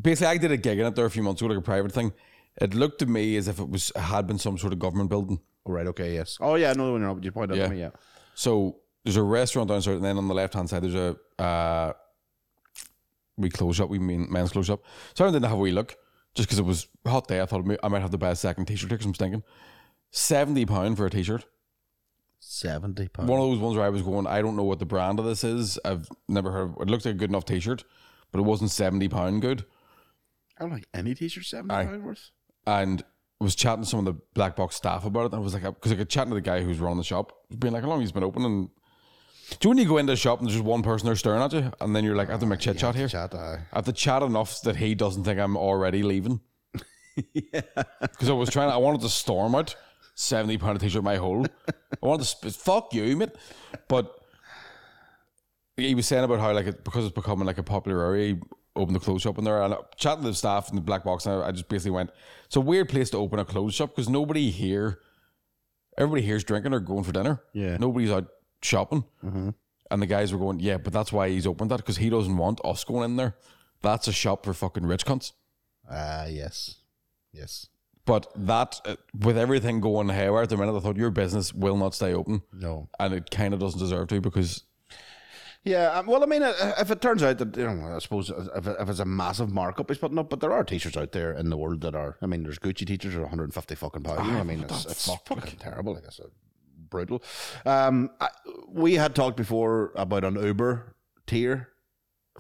S2: basically, I did a gig in it there a few months ago, like a private thing. It looked to me as if it was had been some sort of government building.
S1: oh, right, okay, yes. Oh yeah, I know the one you're up. You pointed out
S2: Yeah.
S1: to me. Yeah,
S2: So there's a restaurant downstairs, and then on the left hand side there's a uh, we close shop, we mean men's clothes shop. So I went in to have a wee look, just because it was a hot day. I thought I might have to buy a second t-shirt because I'm stinking. Seventy pound for a t-shirt.
S1: seventy pounds.
S2: One of those ones where I was going, I don't know what the brand of this is. I've never heard. Of, it looked like a good enough t-shirt, but it wasn't seventy pound good.
S1: I don't like any t-shirt seventy pounds worth.
S2: and was chatting to some of the black box staff about it. And I was like, because I could chatting to the guy who's running the shop, being like, how long he's been open. And do you when you go into a shop and there's just one person there staring at you, and then you're like, I have to make chit chat here.
S1: Chat, aye.
S2: I have to chat enough that he doesn't think I'm already leaving. Because I was trying, I wanted to storm out seventy pound a t-shirt my hole. I wanted to sp- fuck you, mate. But he was saying about how like it, because it's becoming like a popular area. He opened the clothes shop in there, and I chatted to the staff in the black box, and I, I just basically went, "It's a weird place to open a clothes shop because nobody here, everybody here's drinking or going for dinner.
S1: Yeah.
S2: nobody's out shopping." And the guys were going, yeah, but that's why he's opened that because he doesn't want us going in there. That's a shop for fucking rich cunts.
S1: Ah, yes, yes.
S2: But that, uh, with everything going haywire at the minute, I thought your business will not stay open,
S1: No.
S2: and it kind of doesn't deserve to because
S1: Yeah, um, well, I mean, uh, if it turns out that, you know, I suppose if, if it's a massive markup he's putting up, but there are t-shirts out there in the world that are, I mean, there's Gucci t-shirts are 150 fucking pounds. you know what I mean? It's, it's fucking terrible. Like, it's uh, brutal. Um, I, we had talked before about an Uber tier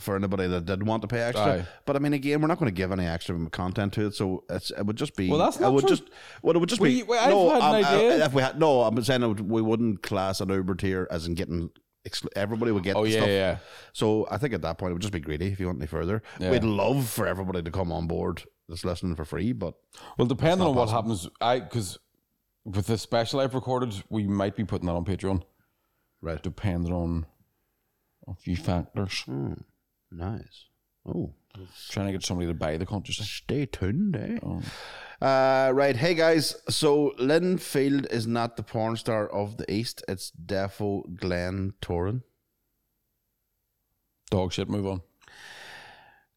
S1: for anybody that did want to pay extra.
S2: Aye.
S1: But I mean, again, we're not going to give any extra content to it, so it's, it would just be.
S2: Well, that's
S1: it
S2: not
S1: would
S2: true.
S1: just. Well, it would just
S2: We-
S1: be.
S2: well, I've had an
S1: um, uh,
S2: idea.
S1: if we had no, I'm saying that we wouldn't class an Uber tier as in getting. exclu- Everybody would get
S2: oh yeah,
S1: stuff
S2: yeah,
S1: so I think at that point it would just be greedy if you went any further.
S2: Yeah.
S1: We'd love for everybody to come on board that's listening for free, but
S2: well, depending on what happens, I because with the special I've recorded, we might be putting that on Patreon,
S1: right.
S2: depending on a few factors.
S1: hmm, Nice. Oh,
S2: Trying to get somebody to buy the consciousness.
S1: stay tuned, eh?
S2: Oh.
S1: Uh, right. Hey guys. So Lynn Field is not the porn star of the East. It's Defo Glenn Torren.
S2: Dog shit. Move on.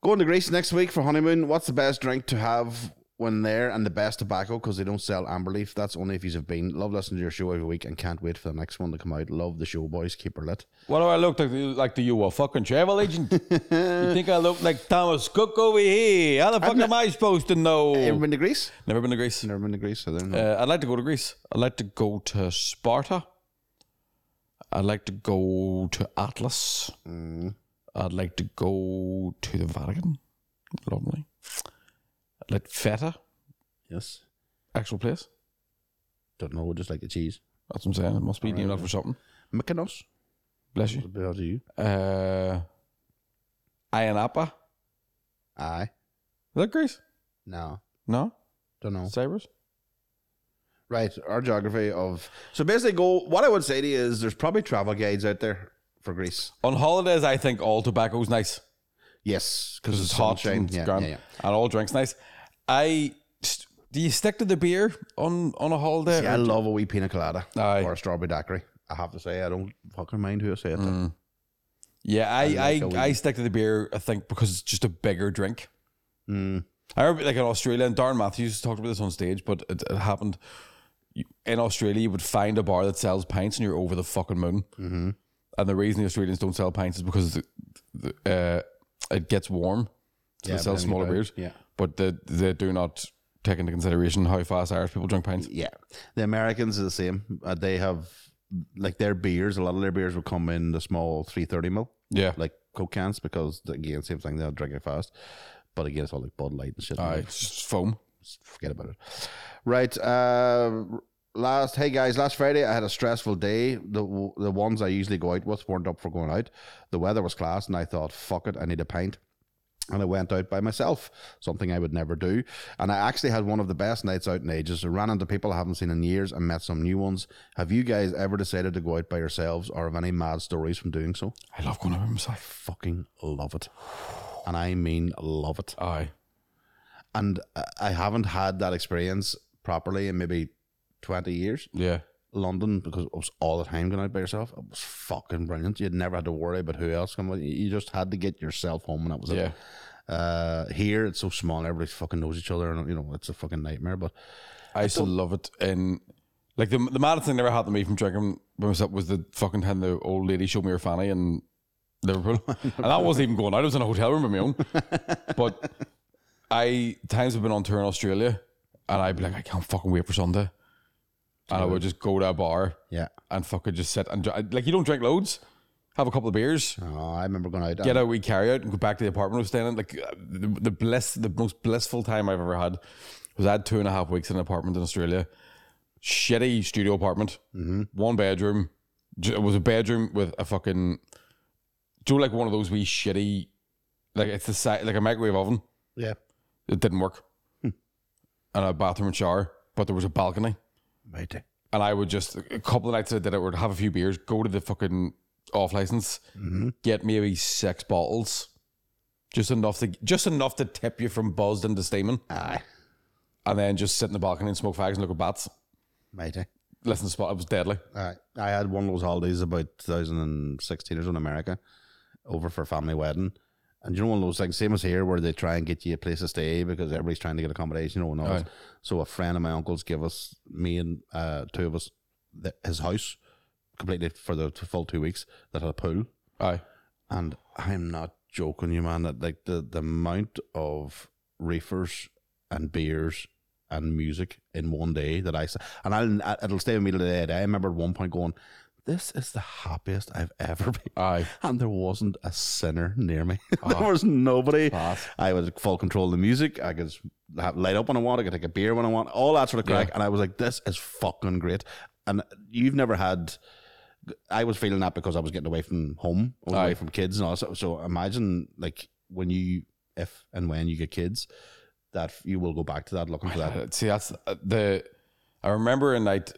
S1: Going to Greece next week for honeymoon. What's the best drink to have when there and the best tobacco because they don't sell Amberleaf? That's only if you have been. Love listening to your show every week and can't wait for the next one to come out. Love the show, boys. Keep her lit.
S2: What do I look like? Like the you a fucking travel agent? you think I look like Thomas Cook over here? How the fuck am I supposed to know?
S1: Ever been to Greece?
S2: Never been to Greece.
S1: Never been to Greece. I don't know.
S2: Oh. Uh, I'd like to go to Greece. I'd like to go to Sparta. I'd like to go to Atlas. I'd like to go to the Vatican. Lovely. I'd like feta,
S1: yes.
S2: actual place.
S1: Don't know. Just like the cheese.
S2: That's what I'm saying. It must be named after something.
S1: Mykonos.
S2: Bless you.
S1: Would be out of you.
S2: Uh, Ayanapa. Is
S1: Aye.
S2: that Greece?
S1: No.
S2: No?
S1: Don't know.
S2: Cyprus?
S1: Right, our geography of so basically go. What I would say to you is, there's probably travel guides out there for Greece.
S2: On holidays, I think all tobacco's nice.
S1: Yes,
S2: because it's hot and it's grand, and all drinks nice. I st- do you stick to the beer on on a holiday?
S1: See, I love a wee pina colada
S2: Aye.
S1: or a strawberry daiquiri. I have to say, I don't fucking mind who I say it. to.
S2: Mm, yeah, I I,
S1: like a wee-
S2: I, stick to the beer. I think because it's just a bigger drink.
S1: Mm.
S2: I remember like in Australia, and Darren Matthews talked about this on stage, but it, it happened You- in Australia. You would find a bar that sells pints, and you're over the fucking moon.
S1: Mm-hmm.
S2: And the reason the Australians don't sell pints is because the, the, uh, it gets warm, so they sell smaller beers.
S1: Yeah,
S2: But they, they do not take into consideration how fast Irish people drink pints.
S1: yeah. The Americans are the same. Uh, they have like their beers. A lot of their beers will come in the small three thirty mil,
S2: Yeah.
S1: like Coke cans, because again, same thing. They'll drink it fast. But again, it's all like Bud Light and shit.
S2: Aye, it's just foam.
S1: forget about it. Right. Uh, last, hey guys, last Friday I had a stressful day. The the ones I usually go out with weren't up for going out. The weather was class, and I thought, fuck it, I need a pint. And I went out by myself, something I would never do. And I actually had one of the best nights out in ages. I ran into people I haven't seen in years and met some new ones. Have you guys ever decided to go out by yourselves or have any mad stories from doing so?
S2: I love going out by myself.
S1: Fucking love it. And I mean, love it
S2: Aye.
S1: and I- I haven't had that experience properly in maybe twenty years.
S2: Yeah.
S1: London because it was all the time going out by yourself. It was fucking brilliant. You'd never had to worry about who else come with you. You just had to get yourself home, and that was
S2: Yeah.
S1: it. Uh, here it's so small. Everybody fucking knows each other, and you know it's a fucking nightmare. But
S2: I used to love it. And like the the maddest thing that ever happened to me from drinking by myself was the fucking time the old lady showed me her fanny in Liverpool. and that wasn't even going out. I was in a hotel room on my own. but I times I've been on tour in Australia and I'd be like, I can't fucking wait for Sunday. And I would just go to a bar
S1: yeah,
S2: and fucking just sit and dr- like you don't drink loads, have a couple of beers,
S1: oh, I remember going out.
S2: get out, we carry out, and go back to the apartment I was staying in. Like uh, the, the bliss, the most blissful time I've ever had was I had two and a half weeks in an apartment in Australia, shitty studio apartment, one bedroom. J- It was a bedroom with a fucking, do you know, like one of those wee shitty, like it's the size like a microwave oven.
S1: yeah,
S2: It didn't work, and a bathroom and shower, but there was a balcony
S1: mighty.
S2: and I would just a couple of nights I did it would have a few beers, go to the fucking off license, get maybe six bottles, just enough to just enough to tip you from buzzed into steaming,
S1: Aye,
S2: and then just sit in the balcony and smoke fags and look at bats.
S1: mighty.
S2: Listen to spot, it was deadly.
S1: Aye. I had one of those holidays about 2016 or so in America over for a family wedding. And you know, one of those things, same as here, where they try and get you a place to stay because everybody's trying to get accommodation, you know, and all.
S2: Aye.
S1: So a friend of my uncle's give us, me and uh, two of us, th his house completely for the full two weeks that had a pool.
S2: Aye,
S1: And I'm not joking you, man, that like the, the amount of reefers and beers and music in one day that I s- and I'll, it'll stay with me to the day. I remember at one point going, "This is the happiest I've ever been,"
S2: aye,
S1: and there wasn't a sinner near me. there was nobody.
S2: class.
S1: I was full control of the music. I could s- have light up when I want. I could take a beer when I want. All that sort of crack.
S2: Yeah.
S1: And I was like, "This is fucking great." And you've never had. I was feeling that because I was getting away from home, I was away
S2: Aye.
S1: from kids, and all. So, so imagine like when you, if and when you get kids, that you will go back to that, looking for that.
S2: Uh, See, that's uh, the. I remember a night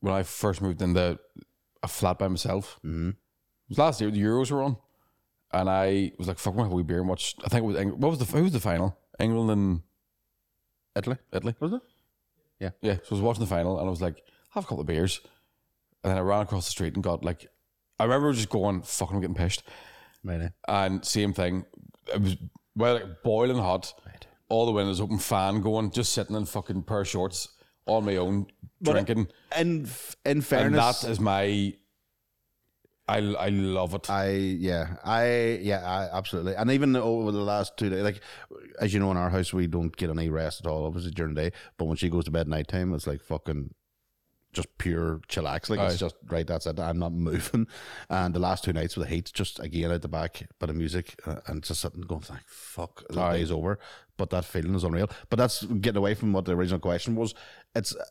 S2: when I first moved into a flat by myself.
S1: Mm-hmm.
S2: It was last year. The Euros were on, and I was like, "Fuck, we have a wee beer and watch." I think it was Eng- what was the who was the final? England and
S1: Italy,
S2: Italy.
S1: was it?
S2: Yeah, so I was watching the final and I was like, have a couple of beers. And then I ran across the street and got like, I remember just going, fucking, I'm getting pissed.
S1: Maybe.
S2: And same thing, it was well, like boiling hot, all the windows open, fan going, just sitting in fucking pair of shorts on my own, drinking.
S1: In in
S2: And
S1: fairness,
S2: that is my. I, I love it.
S1: I yeah, I yeah, I absolutely. And even over the last two days, like as you know, in our house we don't get any rest at all, obviously during the day. But when she goes to bed at night time, it's like fucking just pure chillax. Like
S2: Aye.
S1: it's just right. That's it. I'm not moving. And the last two nights with the heat, just again out the back, bit of music, uh, and just sitting going like fuck, the
S2: Aye.
S1: day's over. But that feeling is unreal. But that's getting away from what the original question was. It's uh,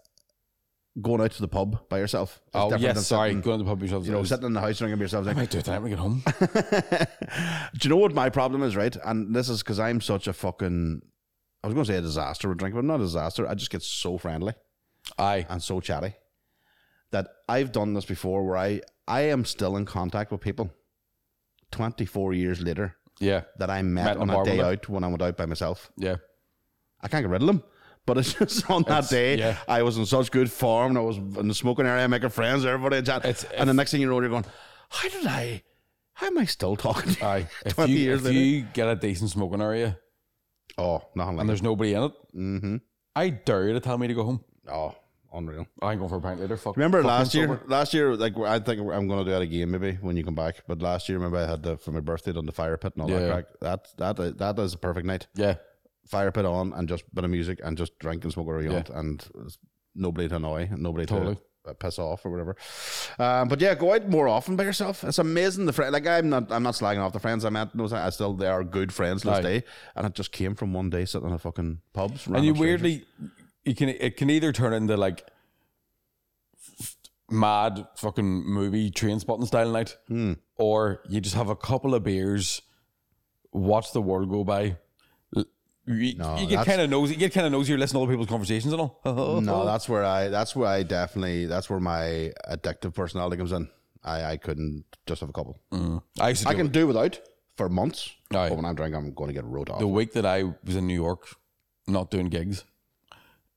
S1: going out to the pub by yourself. It's
S2: oh,
S1: different
S2: yes,
S1: than
S2: sorry.
S1: sitting-
S2: Going to the pub yourself.
S1: you know, sitting in the house drinking by yourself.
S2: I
S1: Like,
S2: might do it tonight when we get home.
S1: do you know what my problem is, right? And this is because I'm such a fucking. I was going to say a disaster with drinking, but not a disaster. I just get so friendly
S2: Aye.
S1: and so chatty that I've done this before where I, I am still in contact with people 24 years later
S2: Yeah.
S1: that I met,
S2: Met in
S1: on
S2: a
S1: a
S2: bar
S1: day
S2: with them.
S1: out when I went out by myself.
S2: Yeah.
S1: I can't get rid of them. But it's just on that
S2: It's-
S1: day,
S2: yeah.
S1: I was in such good form. And I was in the smoking area, making friends, everybody chat.
S2: It's-
S1: and the next thing you know, you're going, how did I, how am I still talking to you?
S2: Aye. If
S1: 20
S2: you,
S1: years
S2: if
S1: later.
S2: you get a decent smoking area
S1: Oh, nothing like
S2: and
S1: that.
S2: there's nobody in it,
S1: Mm-hmm.
S2: I dare you to tell me to go home.
S1: Oh, unreal.
S2: I ain't going for a pint later. Fuck.
S1: Remember
S2: fucking
S1: last year?
S2: sober.
S1: Last year, like I think I'm going to do that again, maybe when you come back. But last year, remember I had the, for my birthday done the fire pit and all
S2: Yeah.
S1: that crack. That that that is a perfect night.
S2: Yeah.
S1: Fire pit on and just bit of music and just drink and smoke around
S2: Yeah.
S1: and nobody to annoy, and nobody
S2: Totally.
S1: to uh, piss off or whatever. Um, but yeah, go out more often by yourself. It's amazing the friend. Like I'm not I'm not slagging off the friends I met. No, I still they are good friends to this
S2: Aye.
S1: day, and it just came from one day sitting in a fucking pubs.
S2: and you weirdly you can it can either turn into like f- mad fucking movie train spotting style night
S1: Hmm.
S2: or you just have a couple of beers watch the world go by L- you,
S1: No,
S2: you
S1: that's-
S2: get kind of nosy you get kind of nosy you're listening to other people's conversations and all Oh.
S1: No, that's where I. That's where I definitely. That's where my addictive personality comes in. I, I couldn't just have a couple.
S2: i used to
S1: I
S2: do it.
S1: can do without for months,
S2: Aye.
S1: but when I'm drinking, I'm going to get wrote off.
S2: the week that i was in new york not doing gigs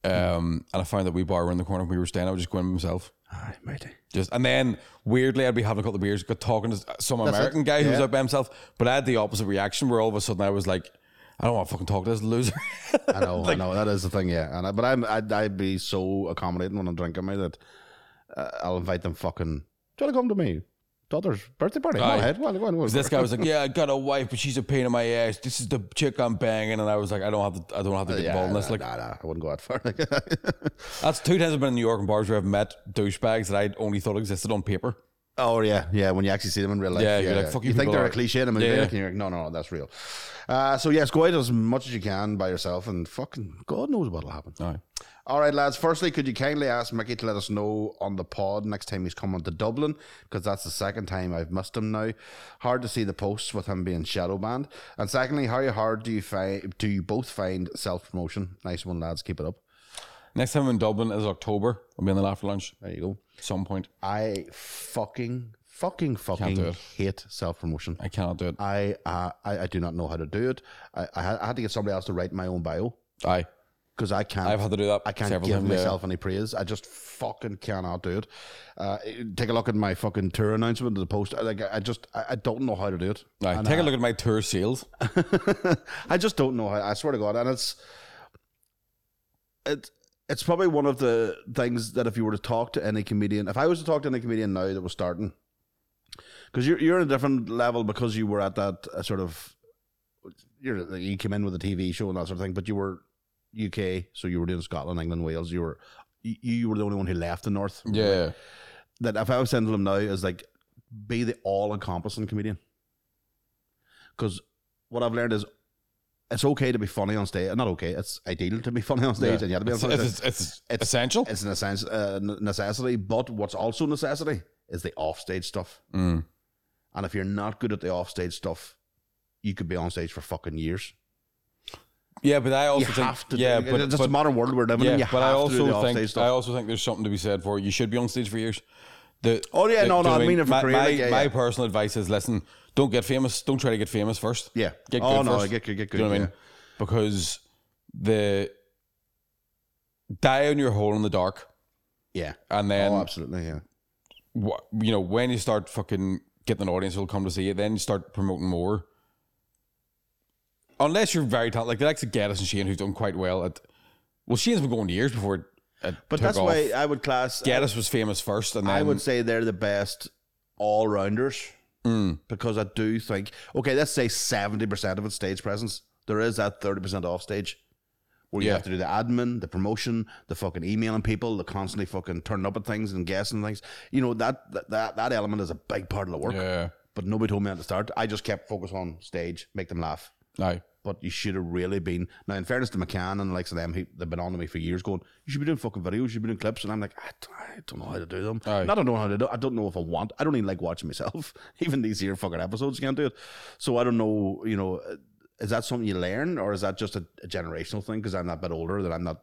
S2: um and i found that we bar around the corner we were staying i was just going by myself
S1: Aye, matey.
S2: Just and then weirdly, I'd be having a couple of beers, got talking to some American guy who was
S1: yeah.
S2: out by himself. But I had the opposite reaction, where all of a sudden I was like, "I don't want to fucking talk to this loser."
S1: I know, I know. That is the thing, yeah. And I, but I'm, I'd, I'd be so accommodating when I'm drinking, mate, that uh, I'll invite them. Fucking, do you want to come to me? Daughter's birthday party. Go
S2: Aye.
S1: ahead. Well, go on, go on.
S2: this guy was like, "Yeah, I got a wife, but she's a pain in my ass. This is the chick I'm banging," and I was like, "I don't have to. I don't have to get
S1: Uh, yeah,
S2: involved in this."
S1: nah,
S2: Like
S1: nah, nah, I wouldn't go that far.
S2: that's two times I've been in New York and bars where I've met douchebags that I only thought existed on paper.
S1: Oh yeah, yeah. When you actually see them in real life,
S2: Yeah, you're like, fuck you
S1: you think
S2: people
S1: they're
S2: are-
S1: a cliche in a movie,
S2: Yeah.
S1: and you're like, no, no, no, that's real. Uh, so yes, go out as much as you can by yourself, and fucking God knows what'll happen.
S2: Aye.
S1: All right, lads. Firstly, could you kindly ask Mickey to let us know on the pod next time he's coming to Dublin? Because that's the second time I've missed him now. Hard to see the posts with him being shadow banned. And secondly, how hard do you find do you both find self promotion? Nice one, lads. Keep it up.
S2: Next time I'm in Dublin is October. I'll be in the after lunch
S1: There you go.
S2: at some point.
S1: I fucking fucking
S2: do
S1: fucking
S2: it.
S1: hate self promotion.
S2: I cannot do it.
S1: I, uh, I I do not know how to do it. I, I, had, I had to get somebody else to write my own bio
S2: Aye,
S1: because I can't.
S2: I've had to do that.
S1: I can't
S2: several
S1: give
S2: times, yeah.
S1: myself any praise. I just fucking cannot do it. Uh, take a look at my fucking tour announcement to the post. I- Like I just I, I don't know how to do it.
S2: Aye, take a look at my tour sales.
S1: I just don't know how. I swear to God, and it's it it's probably one of the things that if you were to talk to any comedian, if I was to talk to any comedian now that was starting, because you're you're at a different level because you were at that uh, sort of you're you came in with a TV show and that sort of thing, but you were UK, so you were doing Scotland, England, Wales. You were you, you were the only one who left the North.
S2: Yeah.
S1: That if I was sending them now is like be the all encompassing comedian. Because what I've learned is it's okay to be funny on stage. Not okay. It's ideal to be funny on stage,
S2: Yeah.
S1: and you have to be on
S2: It's,
S1: stage. It's,
S2: it's, it's essential.
S1: it's an essence, uh, n- necessity. But what's also necessity is the offstage stuff.
S2: Mm.
S1: And if you're not good at the offstage stuff, you could be on stage for fucking years.
S2: Yeah, but I
S1: You
S2: also think
S1: have to.
S2: yeah,
S1: do,
S2: but,
S1: it's just
S2: but,
S1: a modern world we're living
S2: yeah,
S1: in. You
S2: but
S1: have
S2: I
S1: to do the
S2: also
S1: offstage
S2: think uh,
S1: stuff.
S2: I also think there's something to be said for you should be on stage for years. The,
S1: Oh, yeah,
S2: the-
S1: no,
S2: do you
S1: no,
S2: know
S1: I
S2: what
S1: mean it for
S2: my,
S1: career,
S2: my,
S1: like, yeah,
S2: my
S1: yeah.
S2: personal advice is listen, don't get famous, don't try to get famous first.
S1: yeah.
S2: Get
S1: oh
S2: good
S1: no,
S2: first.
S1: get good, get
S2: Do
S1: good.
S2: you know what I mean? Because the die on your hole in the dark,
S1: Yeah.
S2: and
S1: yeah.
S2: then
S1: oh, absolutely. Yeah.
S2: wh- you know when you start fucking getting an audience, will come to see you. Then you start promoting more. unless you're very talented, like the likes of Geddes and Shane, who've done quite well at. Well, Shane's been going years before it, it
S1: But
S2: took
S1: that's
S2: off.
S1: why I would class.
S2: Geddes was famous first, and then
S1: I would say they're the best all rounders
S2: Mm.
S1: because I do think okay, let's say seventy percent of it's stage presence. There is that thirty percent off stage where you
S2: Yeah.
S1: have to do the admin, the promotion, the fucking emailing people, the constantly fucking turning up at things and guessing things. You know that that that, that element is a big part of the work.
S2: yeah,
S1: But nobody told me at the start. I just kept focus on stage, make them laugh.
S2: aye,
S1: But you should have really been now. In fairness to McCann and the likes of them, he, they've been on to me for years, going, "You should be doing fucking videos. You should be doing clips." And I'm like, I don't, I don't know how to do them.
S2: Aye.
S1: And I don't know how to do. I don't know if I want. I don't even like watching myself. even these here fucking episodes, you can't do it. So I don't know. You know, uh, is that something you learn, or is that just a, a generational thing? Because I'm that bit older, that I'm not.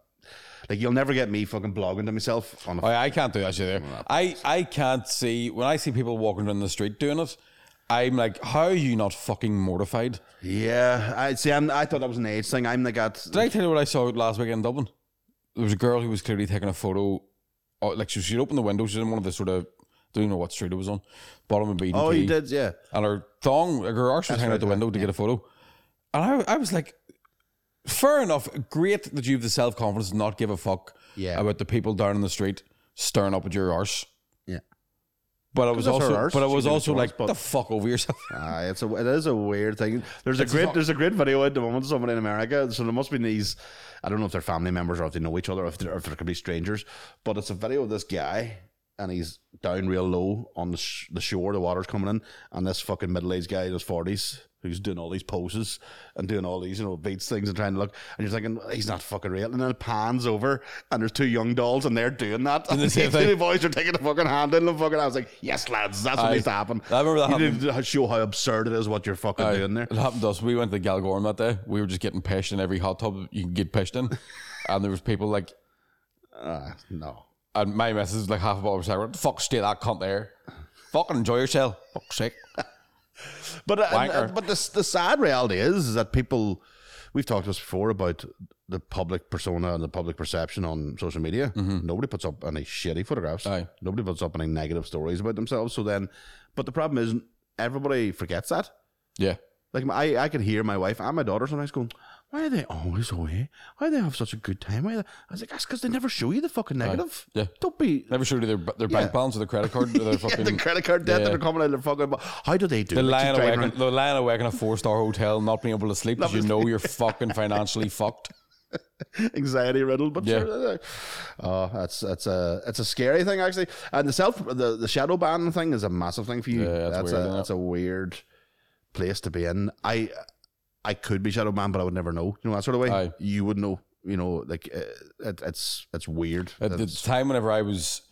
S1: Like you'll never get me fucking blogging to myself on a.
S2: Oh, yeah, I can't do that shit there. I, I can't see when I see people walking down the street doing it. I'm like, how are you not fucking mortified?
S1: yeah, I see. I'm, I thought that was an age thing. I'm like that.
S2: Did I tell you what I saw last week in Dublin? There was a girl who was clearly taking a photo. Oh, like she, she'd opened the window. She was in one of the sort of don't know what street it was on, bottom of B
S1: Oh, you did, yeah.
S2: and her thong, like her arse was hanging out the window to get a photo. And I, I was like, fair enough, great that you have the self confidence to not give a fuck
S1: Yeah.
S2: about the people down in the street staring up at your arse.
S1: Yeah.
S2: But I was
S1: that's her
S2: also,
S1: arse,
S2: but I
S1: she
S2: was
S1: can
S2: also
S1: do it,
S2: like,
S1: but-
S2: the fuck over yourself.
S1: Ah, it's a it is a weird thing. There's a great
S2: not-
S1: there's a great video at the moment of someone in America. So there must be these. I don't know if they're family members or if they know each other or if they're, if they could be strangers. But it's a video of this guy and he's down real low on the sh- the shore. The water's coming in, and this fucking middle aged guy in his forties who's doing all these poses and doing all these you know beats things and trying to look. And you're thinking he's not fucking real. And then it pans over and there's two young dolls and they're doing that. And
S2: the same
S1: the
S2: thing.
S1: boys are taking the fucking hand in the fucking. I was like, yes, lads, that's what
S2: Aye.
S1: needs to happen.
S2: I remember that
S1: You
S2: happening.
S1: need to show how absurd it is what you're fucking doing there.
S2: It happened to us. We went to Galgorm that day. We were just getting pished in every hot tub you can get pished in. and there was people like,
S1: Uh, no.
S2: and my message was like half a bottle of cigarette. Fuck, stay that cunt there. Fucking enjoy yourself. Fuck's sake.
S1: But uh,
S2: Wanker.
S1: uh, but the the sad reality is, is that people we've talked this before about the public persona and the public perception on social media. Nobody puts up any shitty photographs.
S2: Mm-hmm. Aye.
S1: Nobody puts up any negative stories about themselves. So then, but the problem is everybody forgets that.
S2: Yeah.
S1: Like I, I could hear my wife and my daughter sometimes going, "Why are they always away? Why do they have such a good time? Why?" Are they? I was like, "That's because they never show you the fucking negative."
S2: Yeah.
S1: Don't be
S2: Never showed you their, their
S1: Yeah.
S2: bank balance or their credit card or their
S1: Yeah,
S2: fucking
S1: the credit card debt
S2: Yeah.
S1: that are coming out of their fucking. bo- How do they do?
S2: The
S1: it? Keep
S2: lying
S1: driving
S2: awake,
S1: around-
S2: in, the lying awake in a four star hotel, not being able to sleep because you know you're fucking financially fucked.
S1: anxiety riddled, but
S2: Yeah.
S1: sure. Oh, that's that's a it's a scary thing actually. And the self the, the shadow ban thing is a massive thing for you.
S2: Yeah, that's weird,
S1: a
S2: isn't it?
S1: that's a weird place to be in. I I could be shadow banned, but I would never know. You know that sort of way.
S2: Aye.
S1: You would know. You know, like uh, it, it's it's weird.
S2: At the
S1: It's-
S2: time, whenever I was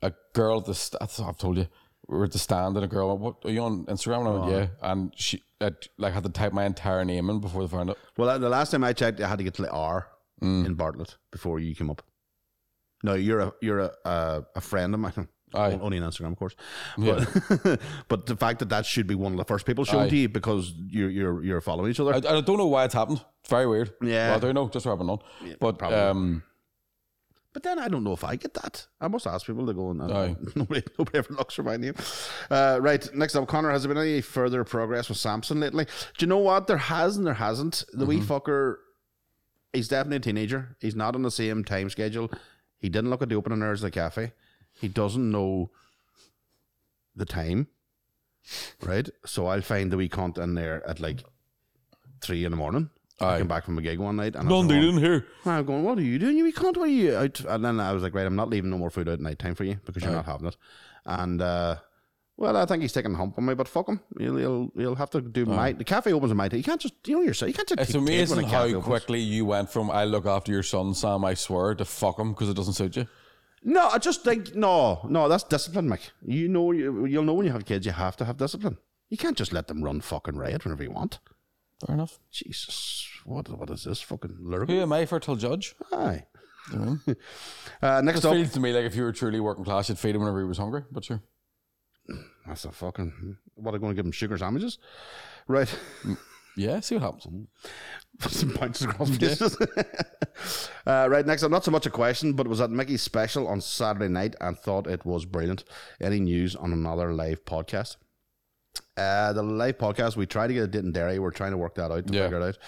S2: a girl at the, st- I thought I've told you, we were at the stand and a girl went, "What are you on Instagram?" And I went, "Yeah," and she I, like had to type my entire name in before they found it.
S1: well, uh, the last time I checked, I had to get to the R
S2: Mm.
S1: in Bartlett before you came up. No, you're a you're a uh, a, a friend of mine.
S2: Aye.
S1: Only on Instagram, of course.
S2: Yeah.
S1: But, but the fact that that should be one of the first people shown
S2: Aye.
S1: to you because you're you're you're following each
S2: I,
S1: other.
S2: I don't know why it's happened. It's very weird.
S1: Yeah.
S2: well, I don't know. Just rubbing on, but
S1: probably.
S2: um,
S1: but then I don't know if I get that. I must ask people to go and
S2: Aye.
S1: nobody nobody ever looks for my name. Uh, right. Next up, Connor, has there been any further progress with Samson lately? Do you know what? There has and there hasn't. The wee
S2: Mm-hmm.
S1: fucker he's definitely a teenager. He's not on the same time schedule. He didn't look at the opening hours of the cafe. He doesn't know the time. Right? So I'll find the wee cunt in there at like three in the morning. I
S2: Aye.
S1: came back from a gig one night and I was "Oh,
S2: don't
S1: going,
S2: do it in here.
S1: and I'm going, what are you doing? You can't. Why are you out? And then I was like, right, I'm not leaving no more food out at night time for you because you're not having it. And uh, well, I think he's taking a hump on me, but fuck him. He'll he'll, he'll have to do my. The cafe opens at my time. You can't just you know yourself. You can't just.
S2: Oh. It's
S1: dictate when a
S2: amazing
S1: cafe
S2: how
S1: opens.
S2: quickly you went from "I look after your son, Sam," I swear, to "fuck him" because it doesn't suit you.
S1: No, I just think no, no. That's discipline, Mike. You know, you, you'll know when you have kids, you have to have discipline. You can't just let them run fucking riot whenever you want.
S2: Fair enough.
S1: Jesus, what what is this fucking lyrical?
S2: Who am I for till judge?
S1: Aye. Uh, next up,
S2: feels to me like if you were truly working class, you'd feed him whenever he was hungry. But sure,
S1: that's a fucking. What are going to give them sugar sandwiches? Right.
S2: yeah, see what happens.
S1: some punches across faces. uh, right next up, not so much a question, but it was at Mickey's special on Saturday night and thought it was brilliant. Any news on another live podcast? Uh, the live podcast, we try to get a date in Derry. We're trying to work that out to
S2: Yeah.
S1: figure it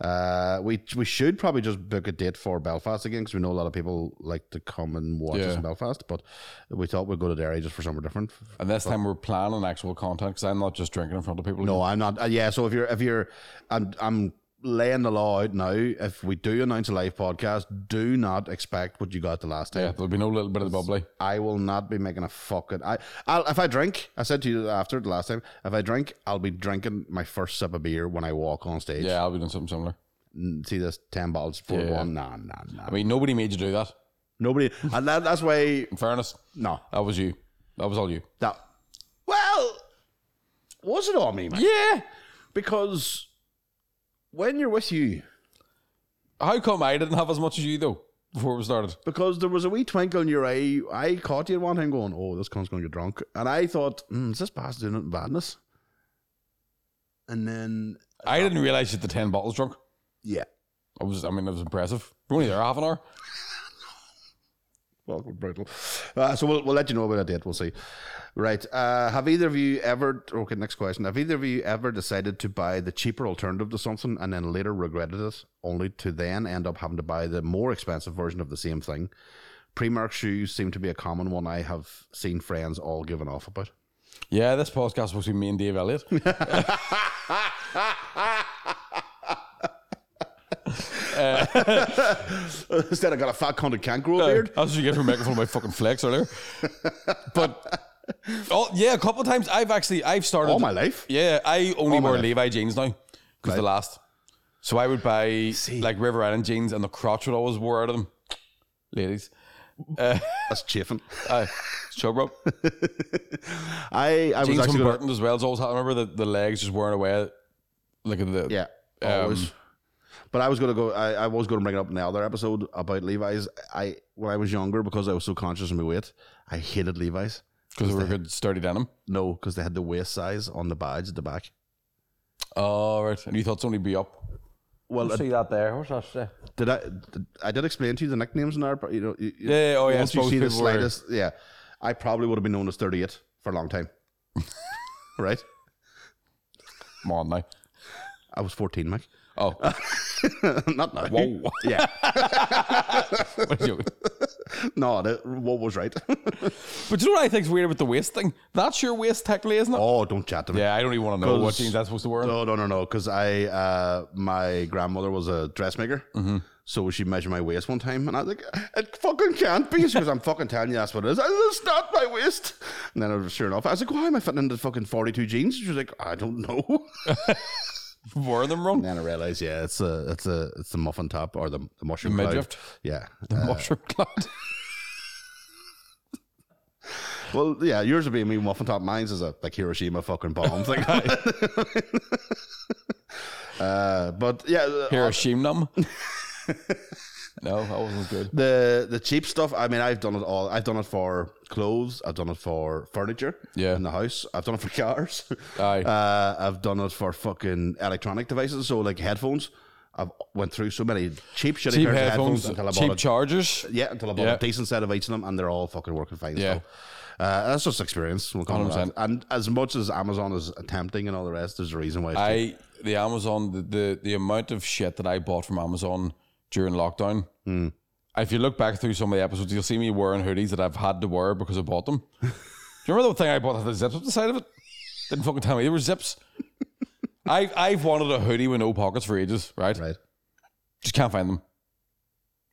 S1: out. Uh, we we should probably just book a date for Belfast again because we know a lot of people like to come and watch us
S2: Yeah.
S1: in Belfast. But we thought we'd go to Derry just for somewhere different.
S2: And this time we're planning actual content because I'm not just drinking in front of people.
S1: No, I'm not. Uh, yeah, so if you're if you're, I'm I'm laying the law out now. If we do announce a live podcast, do not expect what you got the last time.
S2: Yeah, there'll be no little bit of the bubbly.
S1: I will not be making a fucking. I, I'll, if I drink, I said to you after the last time. If I drink, I'll be drinking my first sip of beer when I walk on stage.
S2: Yeah, I'll be doing something similar.
S1: Mm, See this ten bottles for
S2: Yeah.
S1: one? Nah, nah, nah.
S2: I mean, nobody made you do that.
S1: Nobody, and that, that's why.
S2: In fairness,
S1: No,
S2: that was you. That was all you.
S1: that. Well, was it all me, man?
S2: Yeah.
S1: Because when you're with you,
S2: How come I didn't have as much as you though before we started?
S1: because there was a wee twinkle in your eye. I caught you at one time going, "Oh, this cunt's going to get drunk," and I thought, mm, "Is this bastard doing it in badness?" And then,
S2: I didn't realize you had the ten bottles drunk.
S1: yeah,
S2: I was. I mean, it was impressive. We're only there half an hour.
S1: Well, brutal. Uh, so we'll, we'll let you know about a date. We'll see. Right. Uh, have either of you ever? Okay. Next question. Have either of you ever decided to buy the cheaper alternative to something and then later regretted it, only to then end up having to buy the more expensive version of the same thing? Primark shoes seem to be a common one I have seen friends all giving off about.
S2: Yeah, this podcast was between me and Dave Elliott.
S1: Instead, I got a fat content kangaroo beard.
S2: That's what you get for making fun of my fucking flex earlier. But oh yeah, a couple of times I've actually I've started
S1: All Oh my life.
S2: Yeah, I only
S1: Oh my
S2: wear
S1: life.
S2: Levi jeans now because they last. So I would buy like River Island jeans, and the crotch would always wear out of them. Ladies,
S1: That's chafing.
S2: uh, show bro.
S1: I I was
S2: Jeans
S1: actually
S2: from
S1: gonna-
S2: Burton as well. It's always I remember the, the legs just wearing away. Look at the
S1: Yeah,
S2: Um,
S1: always. but I was gonna go. I, I was gonna bring it up in the other episode about Levi's. I when I was younger, because I was so conscious of my weight, I hated Levi's.
S2: because they were good sturdy denim.
S1: No, because they had the waist size on the badge at the back.
S2: Oh right, and you thought somebody be up.
S1: Well, uh,
S2: see that there. What's that say?
S1: did I? Did, I did explain to you the nicknames in our. You know, you, you-
S2: Yeah, oh yeah. I
S1: once you
S2: suppose
S1: see the
S2: people were-
S1: slightest, yeah, I probably would have been known as thirty-eight for a long time. right,
S2: Come on now.
S1: I was fourteen, Mike.
S2: Oh,
S1: Not now.
S2: whoa.
S1: Uh, Yeah,
S2: What a joke.
S1: no, that, what was right?
S2: but you know what I think's weird about the waist thing? That's your waist technically, isn't it?
S1: oh, don't chat to me.
S2: Yeah, I don't even want to know what
S1: 'Cause-
S2: jeans I'm supposed to wear.
S1: No, no, no, no. Because I, uh, my grandmother was a dressmaker,
S2: Mm-hmm.
S1: so she measured my waist one time, and I was like, "It fucking can't be." She goes, "I'm fucking telling you, that's what it is. I said, It's not my waist." And then, I was- sure enough, I was like, "Why am I fitting into fucking 42 jeans?" She was like, "I don't know."
S2: Wear them wrong.
S1: And then I realized, yeah, it's a, it's a, it's the muffin top or the, the mushroom cloud.
S2: midriff.
S1: Yeah.
S2: Mushroom cloud.
S1: Well, yeah, yours would be a me muffin top. Mine's is a like Hiroshima fucking bomb thing. uh, but yeah,
S2: Hiroshima. no, that wasn't good.
S1: the the cheap stuff i mean i've done it all i've done it for clothes i've done it for furniture
S2: Yeah.
S1: in the house i've done it for cars
S2: Aye.
S1: uh, i've done it for fucking electronic devices so like headphones i've went through so many cheap shitty
S2: Cheap
S1: pairs
S2: headphones,
S1: of headphones until i
S2: cheap
S1: bought a,
S2: chargers.
S1: yeah until i bought
S2: Yeah.
S1: a decent set of each of them and they're all fucking working fine
S2: Yeah.
S1: so. Uh, that's just experience. We'll come to that.
S2: 100%.
S1: And as much as Amazon is tempting and all the rest, there's a reason why. It's cheap.
S2: I the Amazon the, the the amount of shit that I bought from Amazon during lockdown.
S1: Hmm.
S2: If you look back through some of the episodes, you'll see me wearing hoodies that I've had to wear because I bought them. Do you remember the thing I bought that had the zips up the side of it? Didn't fucking tell me there were zips. I've I've wanted a hoodie with no pockets for ages, right?
S1: right.
S2: Just can't find them.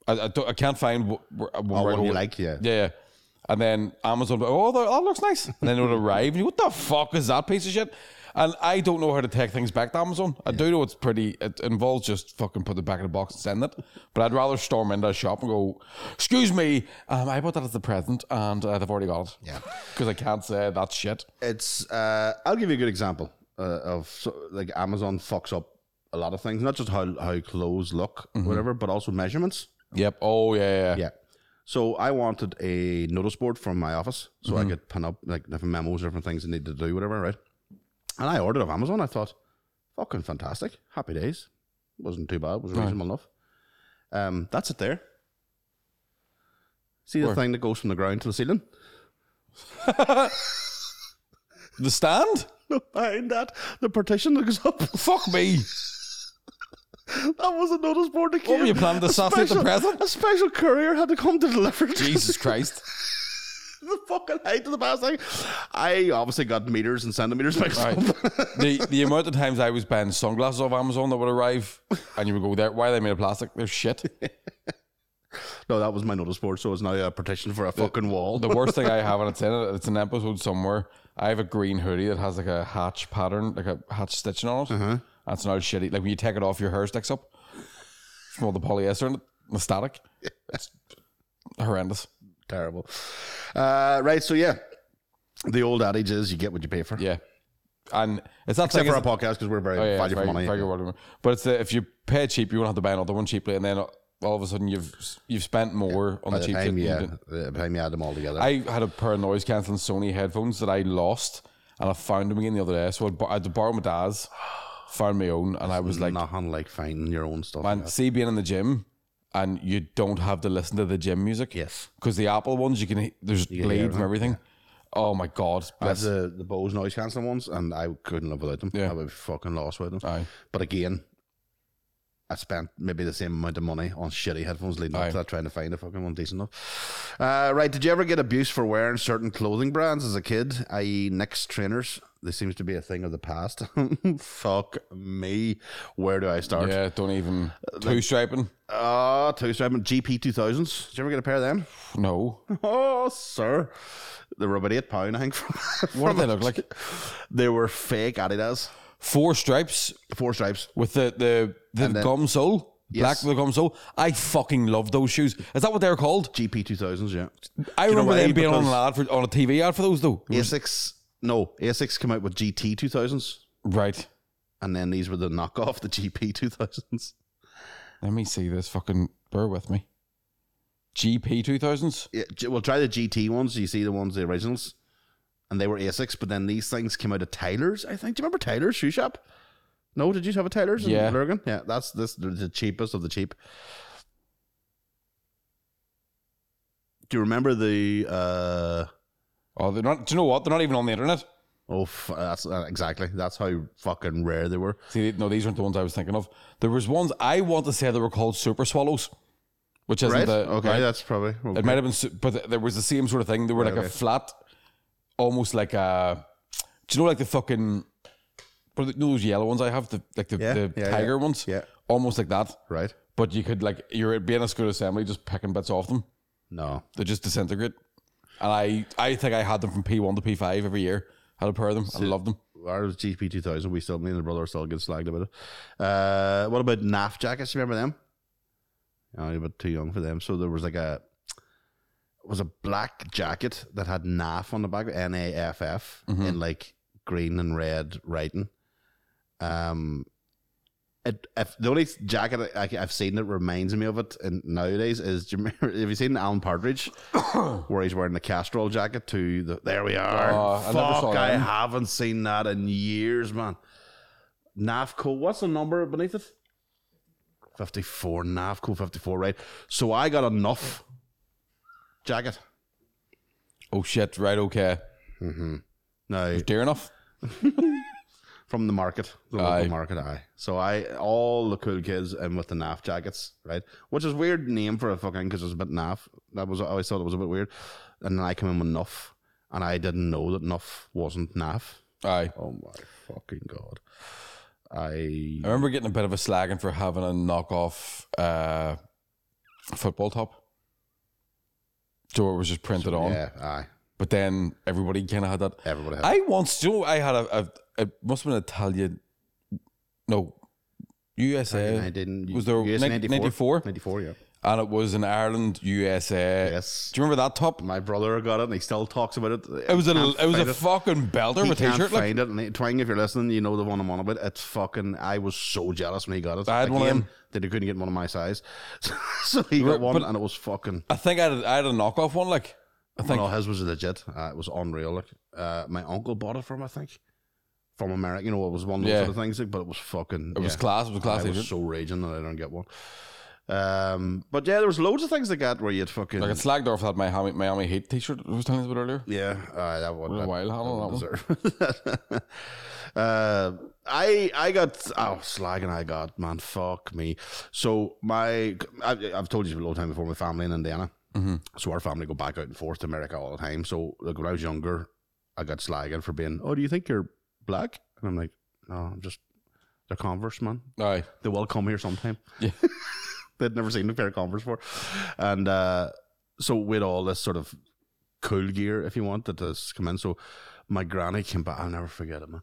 S2: I I, don't, I can't find wh- wh- where I
S1: Oh, what do you
S2: hold-
S1: like? Yeah.
S2: yeah, yeah. And then Amazon, oh, that, that looks nice. And then it would arrive, and you, what the fuck is that piece of shit? And I don't know how to take things back to Amazon. I do know it's pretty, it involves just fucking put it back in the box and send it. But I'd rather storm into a shop and go, excuse me, um, I bought that as a present, and uh, they've already got it.
S1: Yeah.
S2: Because I can't say that shit.
S1: it's uh, I'll give you a good example uh, of so, like Amazon fucks up a lot of things, not just how how clothes look, whatever, but also measurements.
S2: Yep. Oh, yeah, yeah.
S1: Yeah. So I wanted a notice board from my office so I could pin up like different memos, different things I needed to do, whatever, right? And I ordered off Amazon. I thought, fucking fantastic, happy days. Wasn't too bad. Was reasonable enough. Um, that's it there. See the
S2: Where?
S1: thing that goes from the ground to the ceiling.
S2: The stand?
S1: No, behind that, the partition that goes up.
S2: Fuck me.
S1: That was a notice board that came.
S2: were you planning to
S1: A
S2: sassy at the
S1: special-
S2: present?
S1: A special courier had to come to deliver it.
S2: Jesus Christ.
S1: the fucking height of the past thing. I obviously got meters and centimeters mixed
S2: Right.
S1: up.
S2: the the amount of times I was buying sunglasses off Amazon that would arrive and you would go there, why are they made of plastic? They're shit.
S1: No, that was my notice board, so it's now a partition for a fucking wall.
S2: The worst thing I have, and it's in it, it's an episode somewhere. I have a green hoodie that has like a hatch pattern, like a hatch stitching on it. Uh-huh. That's an old shitty. Like when you take it off, your hair sticks up from all the polyester in it, the static. It's horrendous.
S1: Terrible. Uh, right, so yeah. The old adage is you get what you pay for.
S2: Yeah, and it's that
S1: Except
S2: thing.
S1: for
S2: it's-
S1: our podcast, because we're very
S2: Oh, yeah,
S1: value for
S2: very-
S1: money.
S2: very good word of mouth. But it's the, if you pay cheap, you won't have to buy another one cheaply, and then all of a sudden you've you've spent more on the
S1: By the
S2: cheap.
S1: time,
S2: shit
S1: you,
S2: than you
S1: uh,
S2: did.
S1: the time you add them all together.
S2: I had a pair of noise cancelling Sony headphones that I lost, and I found them again the other day. So I'd bo- I had to borrow my dad's, found my own, and I was like,
S1: not unlike finding your own stuff.
S2: man, see, being in the gym, and you don't have to listen to the gym music.
S1: Yes.
S2: because the Apple ones you can he- there's bleed from everything. Oh my god, bless.
S1: That's the, the Bose noise cancelling ones, and I couldn't live without them.
S2: Yeah. Uh,
S1: I would be fucking lost without them.
S2: Aye.
S1: But again, I spent maybe the same amount of money on shitty headphones leading up
S2: Aye.
S1: to that, trying to find a fucking one decent enough. Uh, right, did you ever get abuse for wearing certain clothing brands as a kid, i.e., Nick's trainers? This seems to be a thing of the past. Fuck me. Where do I start?
S2: Yeah, don't even
S1: Uh,
S2: two striping.
S1: Ah, two seven GP two thousands. Did you ever get a pair of them?
S2: No,
S1: Oh, sir, they were about eight pound. I think. From,
S2: what do they look like?
S1: They were fake Adidas,
S2: Four stripes
S1: four stripes.
S2: with the the, the gum sole, black
S1: Yes.
S2: with the gum sole. I fucking love those shoes. Is that what they're called?
S1: GP two thousands. Yeah.
S2: I
S1: you know
S2: remember
S1: why?
S2: them being on an
S1: Because-
S2: ad for on a TV ad for those though.
S1: Asics. No, Asics came out with GT two thousands,
S2: Right.
S1: and then these were the knockoff, the GP two thousands.
S2: Let me see this fucking. Bear with me. GP two thousands.
S1: Yeah, G- well, try the GT ones. You see the ones, the originals, and they were Asics. But then these things came out of Tyler's. I think. Do you remember Tyler's shoe shop? No, did you have a Tyler's in
S2: Yeah.
S1: Lurgan? Yeah, that's this they're the cheapest of the cheap. Do you remember the? uh
S2: Oh, they're not. Do you know what? They're not even on the internet.
S1: Oh, f- that's uh, exactly. That's how fucking rare they were.
S2: See, no, these aren't the ones I was thinking of. There was ones I want to say that were called Super Swallows, which isn't
S1: Right?
S2: the
S1: okay,
S2: right?
S1: that's probably. oh,
S2: It might have been, su- but there was the same sort of thing. They were like
S1: okay.
S2: a flat, almost like a. Do you know like the fucking? What are the, you know those yellow ones I have, the like the,
S1: Yeah,
S2: the
S1: yeah,
S2: tiger ones,
S1: Yeah.
S2: almost like that.
S1: Right.
S2: But you could like you're being a school assembly, just picking bits off them.
S1: No.
S2: They just disintegrate. And I, I think I had them from P one to P five every year. Had a pair of them. I loved them.
S1: Ours was GP two thousand. We still me and the brother still get slagged about it. Uh, what about NAF jackets? You remember them? Oh, you're about too young for them. So there was like a it was a black jacket that had NAF on the back, N A F F, in like green and red writing. Um, it, if the only jacket I, I, I've seen that reminds me of it and nowadays is do you remember, have you seen Alan Partridge where he's wearing the Castrol jacket to the there we are
S2: Oh, I
S1: fuck
S2: never saw
S1: I
S2: him.
S1: haven't seen that in years man Navco what's the number beneath it 54 Navco 54 right so I got enough jacket
S2: Oh shit! Right, okay.
S1: now
S2: Dear enough.
S1: from the market, the local
S2: Aye.
S1: market. Aye. So I all the cool kids and with the naff jackets, right? Which is a weird name for a fucking because it's a bit naff. That was I always thought it was a bit weird. And then I came in with nuff, and I didn't know that nuff wasn't naff.
S2: Aye.
S1: Oh my fucking god! I
S2: I remember getting a bit of a slagging for having a knockoff uh, football top. So it was just printed on.
S1: yeah, aye.
S2: But then everybody kind of had that.
S1: Everybody had.
S2: I once, do you know, I had a, a, it must have been Italian, no, USA.
S1: I didn't.
S2: uh, was there
S1: yes,
S2: nin- 94?
S1: 94, yeah.
S2: And it was in Ireland, USA.
S1: Yes.
S2: Do you remember that top?
S1: My brother got it, and he still talks about it.
S2: It was a,
S1: Can't
S2: it was
S1: find
S2: a fucking belter
S1: He
S2: with a
S1: can't
S2: t-shirt. Like,
S1: find it. And it- Twang, if you're listening, you know the one I'm on about. It's fucking. I was so jealous when he got it.
S2: I had one of them.
S1: That he couldn't get one of my size, so he got one,
S2: but-
S1: and it was fucking.
S2: I think I had, I had a knockoff one, like, I think.
S1: no, his was legit. Uh, it was unreal. Like, uh, my uncle bought it from, I think, from America. You know, it was one of those
S2: Yeah.
S1: sort of things, like, but it was fucking.
S2: it was class, it was a
S1: I
S2: class
S1: was
S2: t-shirt.
S1: so raging that I don't get one. Um, but yeah, there was loads of things like that where you'd fucking
S2: Like, it slagged off that Miami, Miami Heat t shirt I was telling you about earlier.
S1: yeah, uh, that one.
S2: A
S1: that-
S2: while, I don't know. that one.
S1: deserve. uh, I I got oh slagging I got man fuck me. So my I, I've told you a long time before my family in Indiana. So our family go back out and forth to America all the time. So like when I was younger, I got slagging for being oh do you think you're black? And I'm like no I'm just they're Converse man
S2: Aye.
S1: they will come here sometime.
S2: Yeah.
S1: They'd never seen a pair of Converse before. And uh, so with all this sort of cool gear, if you want, that has come in. So my granny came back. I'll never forget it, man.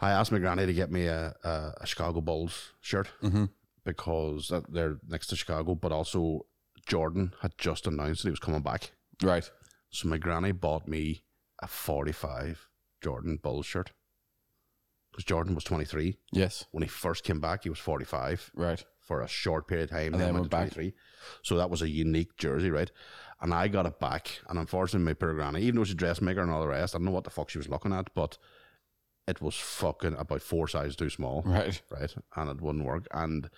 S1: I asked my granny to get me a, a, a Chicago Bulls shirt
S2: Mhm.
S1: because that, they're next to Chicago, but also Jordan had just announced that he was coming back.
S2: Right.
S1: So my granny bought me a 45 Jordan Bulls shirt because Jordan was 23.
S2: Yes.
S1: When he first came back, he was 45
S2: Right.
S1: for a short period of
S2: And
S1: time, then
S2: then
S1: went to
S2: went back.
S1: 23. So that was a unique jersey, right? And I got it back, and unfortunately, my poor granny, even though she's a dressmaker and all the rest, I don't know what the fuck she was looking at, but it was fucking about four sizes too small,
S2: Right.
S1: right? And it wouldn't work. And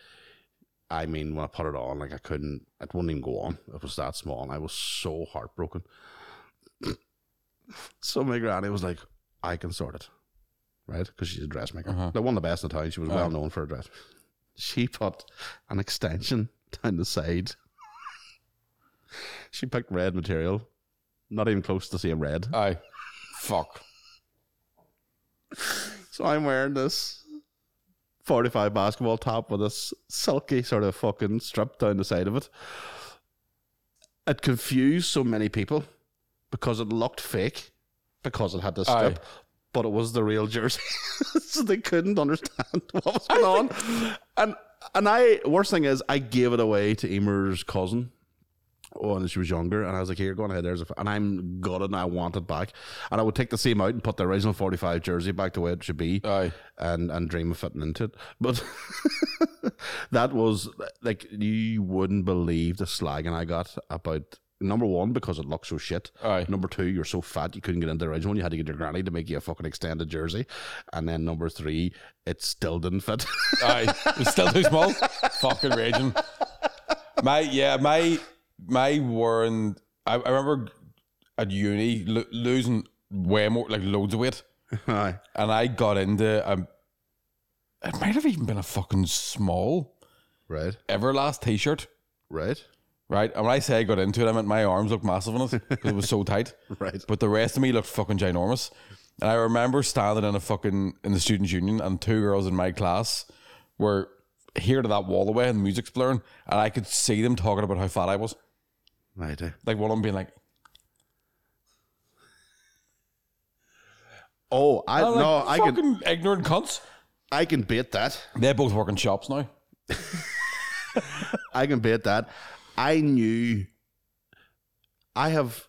S1: I mean, when I put it on, like I couldn't, it wouldn't even go on. It was that small, and I was so heartbroken. so my granny was like, "I can sort it." Right, because she's a dressmaker.
S2: Uh-huh.
S1: They won the best in the town. She was
S2: Aye.
S1: well known for her dress she put an extension down the side. she picked red material, not even close to the same red.
S2: Aye. Fuck.
S1: So I'm wearing this 45 basketball top with this silky sort of fucking strip down the side of it. It confused so many people because it looked fake because it had this
S2: Aye.
S1: strip. But it was the real jersey, so they couldn't understand what was going on. And and I worst thing is I gave it away to Emer's cousin when she was younger, and I was like, "Here, go on ahead." There's a f-" and I'm gutted, and I want it back. And I would take the same out and put the original 45 jersey back the way it should be,
S2: Aye.
S1: and and dream of fitting into it. But that was like you wouldn't believe the slagging I got about number one because it looked so shit.
S2: Aye.
S1: Number two, you're so fat you couldn't get into the original one. You had to get your granny to make you a fucking extended jersey. And then number three, it still didn't fit.
S2: Aye, it's still too small. Fucking raging. My yeah, my my wearing. I, I remember at uni lo- losing way more, like loads of weight,
S1: Aye.
S2: and I got into um. It might have even been a fucking small
S1: Right.
S2: Everlast t-shirt,
S1: Right.
S2: right? And when I say I got into it, I meant my arms looked massive in it 'cause it was so tight.
S1: Right.
S2: But the rest of me looked fucking ginormous. And I remember standing in a fucking in the students' union, and two girls in my class were here to that wall away, and the music's blaring, and I could see them talking about how fat I was.
S1: Right. eh.
S2: Like one of them being like,
S1: Oh, I
S2: I'm like,
S1: no, I can
S2: fucking ignorant cunts."
S1: I can beat that.
S2: They both work in shops now.
S1: I can beat that. I knew I have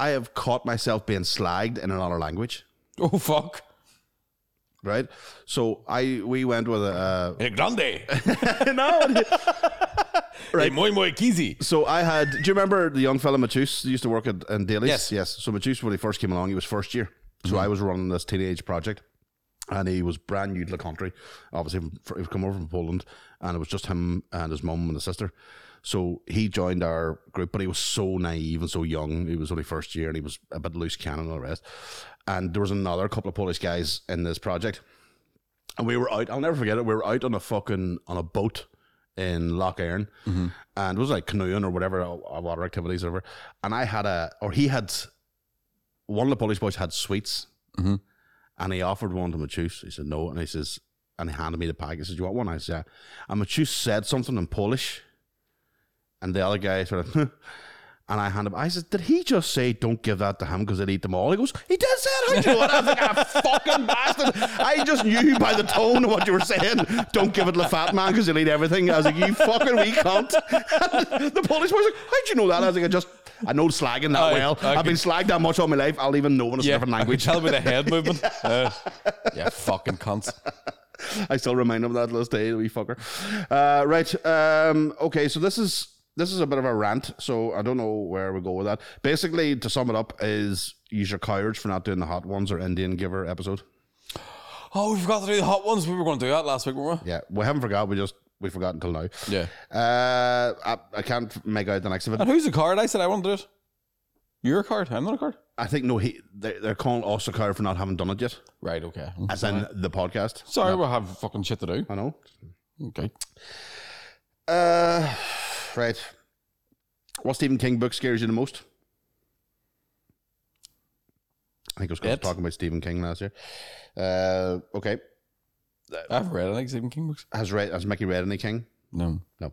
S1: I have caught myself being slagged in another language.
S2: Oh fuck,
S1: Right? So I we went with a
S2: Eh, grande,
S1: uh, no,
S2: right? Muy muy kizzy.
S1: So I had. Do you remember the young fella Matus used to work at in Daly's?
S2: Yes.
S1: yes. So Matus, when he first came along, he was first year. So I was running this teenage project, and he was brand new to the country. Obviously, from- he was come over from Poland, and it was just him and his mum and his sister. So he joined our group, but he was so naive and so young. He was only first year, and he was a bit loose cannon and all the rest. And there was another couple of Polish guys in this project, and we were out. I'll never forget it. We were out on a fucking on a boat in Loch Erin, and it was like canoeing or whatever, or or water activities or whatever. And I had a, or he had, one of the Polish boys had sweets,
S2: Mhm.
S1: and he offered one to Matus. He said no, and he says, and he handed me the pack. He says, "You want one?" I said, yeah. and Matus said something in Polish, and the other guy sort of. And I handed him. I said, "Did he just say don't give that to him because he'll eat them all?" He goes, "He did say it." How do you know it?" I was like, "Ah, fucking bastard!" I just knew by the tone of what you were saying. Don't give it to the fat man because he'll eat everything. I was like, "You fucking wee cunt." the police was like, "How do you know that?" I was like, "I just I know slagging that
S2: Aye,
S1: well.
S2: I
S1: I have been slagged that much all my life. I'll even know when it's a
S2: Yeah,
S1: different language."
S2: Tell me the head movement. Uh, yeah, fucking cunts.
S1: I still remind him of that last day, the wee fucker. Uh, right. Um, okay, so this is this is a bit of a rant, so I don't know where we go with that. Basically, to sum it up, is use your cowards for not doing the hot ones or Indian giver episode.
S2: Oh, we forgot to do the hot ones. We were going to do that last week, weren't we?
S1: Yeah, we haven't forgot. We just we forgot until now.
S2: Yeah.
S1: Uh, I, I can't make out the next of it.
S2: And who's the card? I said I wanted it. Your card? I'm not a card.
S1: I think no, he they're, they're calling us a coward for not having done it yet,
S2: Right. Okay.
S1: as in the podcast.
S2: Sorry, we'll have fucking shit to do.
S1: I know.
S2: Okay.
S1: Uh, right. What Stephen King book scares you the most? I think I was going
S2: It.
S1: to talking about Stephen King last year. Uh, okay.
S2: I've read any Stephen King books.
S1: Has read has Mickey read any King?
S2: No.
S1: No.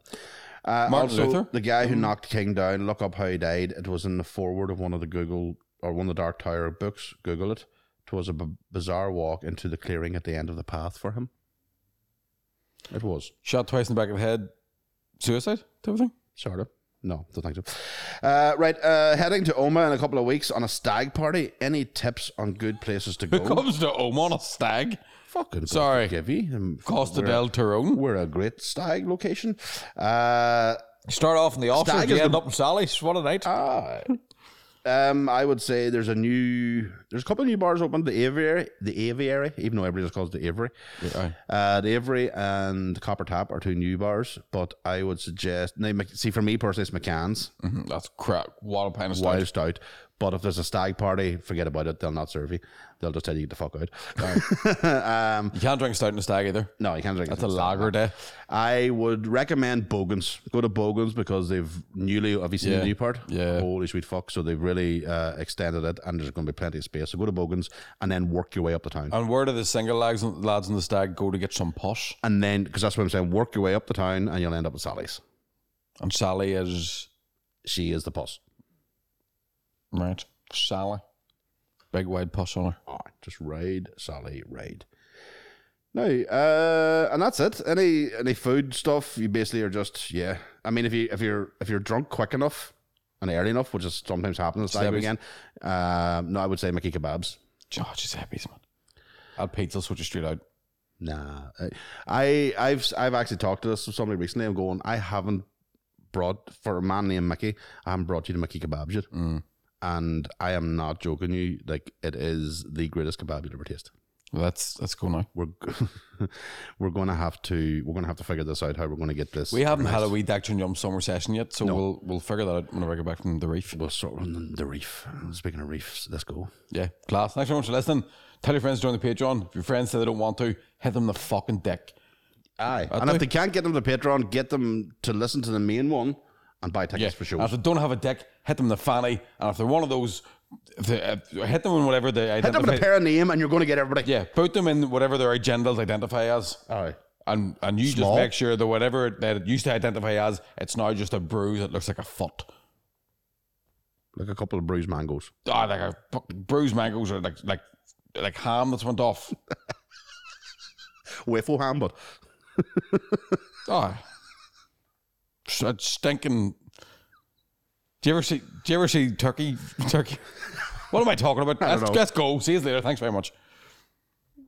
S1: Uh,
S2: Martin
S1: also,
S2: Luther? Mm-hmm.
S1: the guy who knocked King down. Look up how he died. It was in the foreword of one of the Google or one of the Dark Tower books. Google it. It was a b- bizarre walk into the clearing at the end of the path for him. It was.
S2: Shot twice in the back of the head. Suicide type of thing.
S1: Sort of. No, don't think so. Uh, right, uh, heading to Oma in a couple of weeks on a stag party. Any tips on good places to
S2: Who
S1: go?
S2: comes to Oman a stag?
S1: Fucking God
S2: Sorry.
S1: forgive you. Um,
S2: Costa
S1: we're,
S2: del Tyrone.
S1: We're a great stag location. Uh,
S2: Start off in the office,
S1: Stag
S2: you
S1: is
S2: end
S1: the-
S2: up in Sally's. What a night.
S1: ah, um, I would say there's a new, there's a couple of new bars open. The Aviary, the Aviary, even though everybody just calls it the Aviary.
S2: Aye.
S1: Uh, the Avery and Copper Tap are two new bars, but I would suggest. Now, Mc- see, for me personally, it's McCann's.
S2: Mhm, That's crap. What a pint of stout.
S1: wild stout. But if there's a stag party, forget about it. They'll not serve you. They'll just tell you to get the fuck out. um,
S2: You can't drink stout in a stag either.
S1: no, you can't drink.
S2: It's a lager day.
S1: I would recommend Bogans. Go to Bogans because they've newly. Have you seen
S2: Yeah.
S1: the new part?
S2: Yeah.
S1: Holy sweet fuck! So they've really uh, extended it, and there's going to be plenty of space. So go to Bogans and then work your way up the town.
S2: And where do the single lads lads in the stag go to get some posh?
S1: and then, because that's what I'm saying, work your way up the town, and you'll end up at Sally's.
S2: And Sally is
S1: She is the boss.
S2: right. Sally, big wide puss on her.
S1: All right, just raid, Sally, raid. No, uh, and that's it. Any any food stuff, you basically are just yeah. I mean, if you if you're if you're drunk quick enough and early enough, which is sometimes happens this time
S2: Steppies.
S1: again. Um, no, I would say Mickey kebabs.
S2: Oh, just happies, man. I'd pizza switch it straight out.
S1: Nah, I- I I've I've actually talked to this with somebody recently. I'm going, I haven't brought for a man named Mickey. I haven't brought you to Mickey kebabs yet,
S2: Mm.
S1: and I am not joking you. Like it is the greatest kebab you'll ever taste.
S2: Well, that's let's go now.
S1: we're g- we're going to have to we're going to have to figure this out how we're going to get this.
S2: We haven't had a wee Dacton Yum summer session yet, so we'll we'll figure that out whenever I get back from the reef.
S1: We'll sort on the reef. Speaking of reefs, let's go.
S2: Yeah, class. Thanks very much for listening. Tell your friends to join the Patreon. If your friends say they don't want to, hit them in the fucking dick.
S1: Aye, and if they can't get them to Patreon, get them to listen to the main one and buy tickets for
S2: And
S1: shows.
S2: if they don't have a dick, hit them in the fanny. And if they're one of those, if they, if- hit them in whatever they
S1: Hit them
S2: identify.
S1: with a pair of name, and you're going to get everybody.
S2: yeah, put them in whatever their agendas identify as.
S1: Aye.
S2: And and you
S1: Oh, Small.
S2: just make sure that whatever that it used to identify as, it's now just a bruise that looks like a foot.
S1: like a couple of bruised mangoes.
S2: Ah, like a fucking bruised mangoes or like like like ham that's went off.
S1: Waffle ham, but
S2: Ah, oh, stinking. Do you ever see? Do you ever see turkey? Turkey. What am I talking about? Let's,
S1: know.
S2: let's go. See you later. Thanks very much.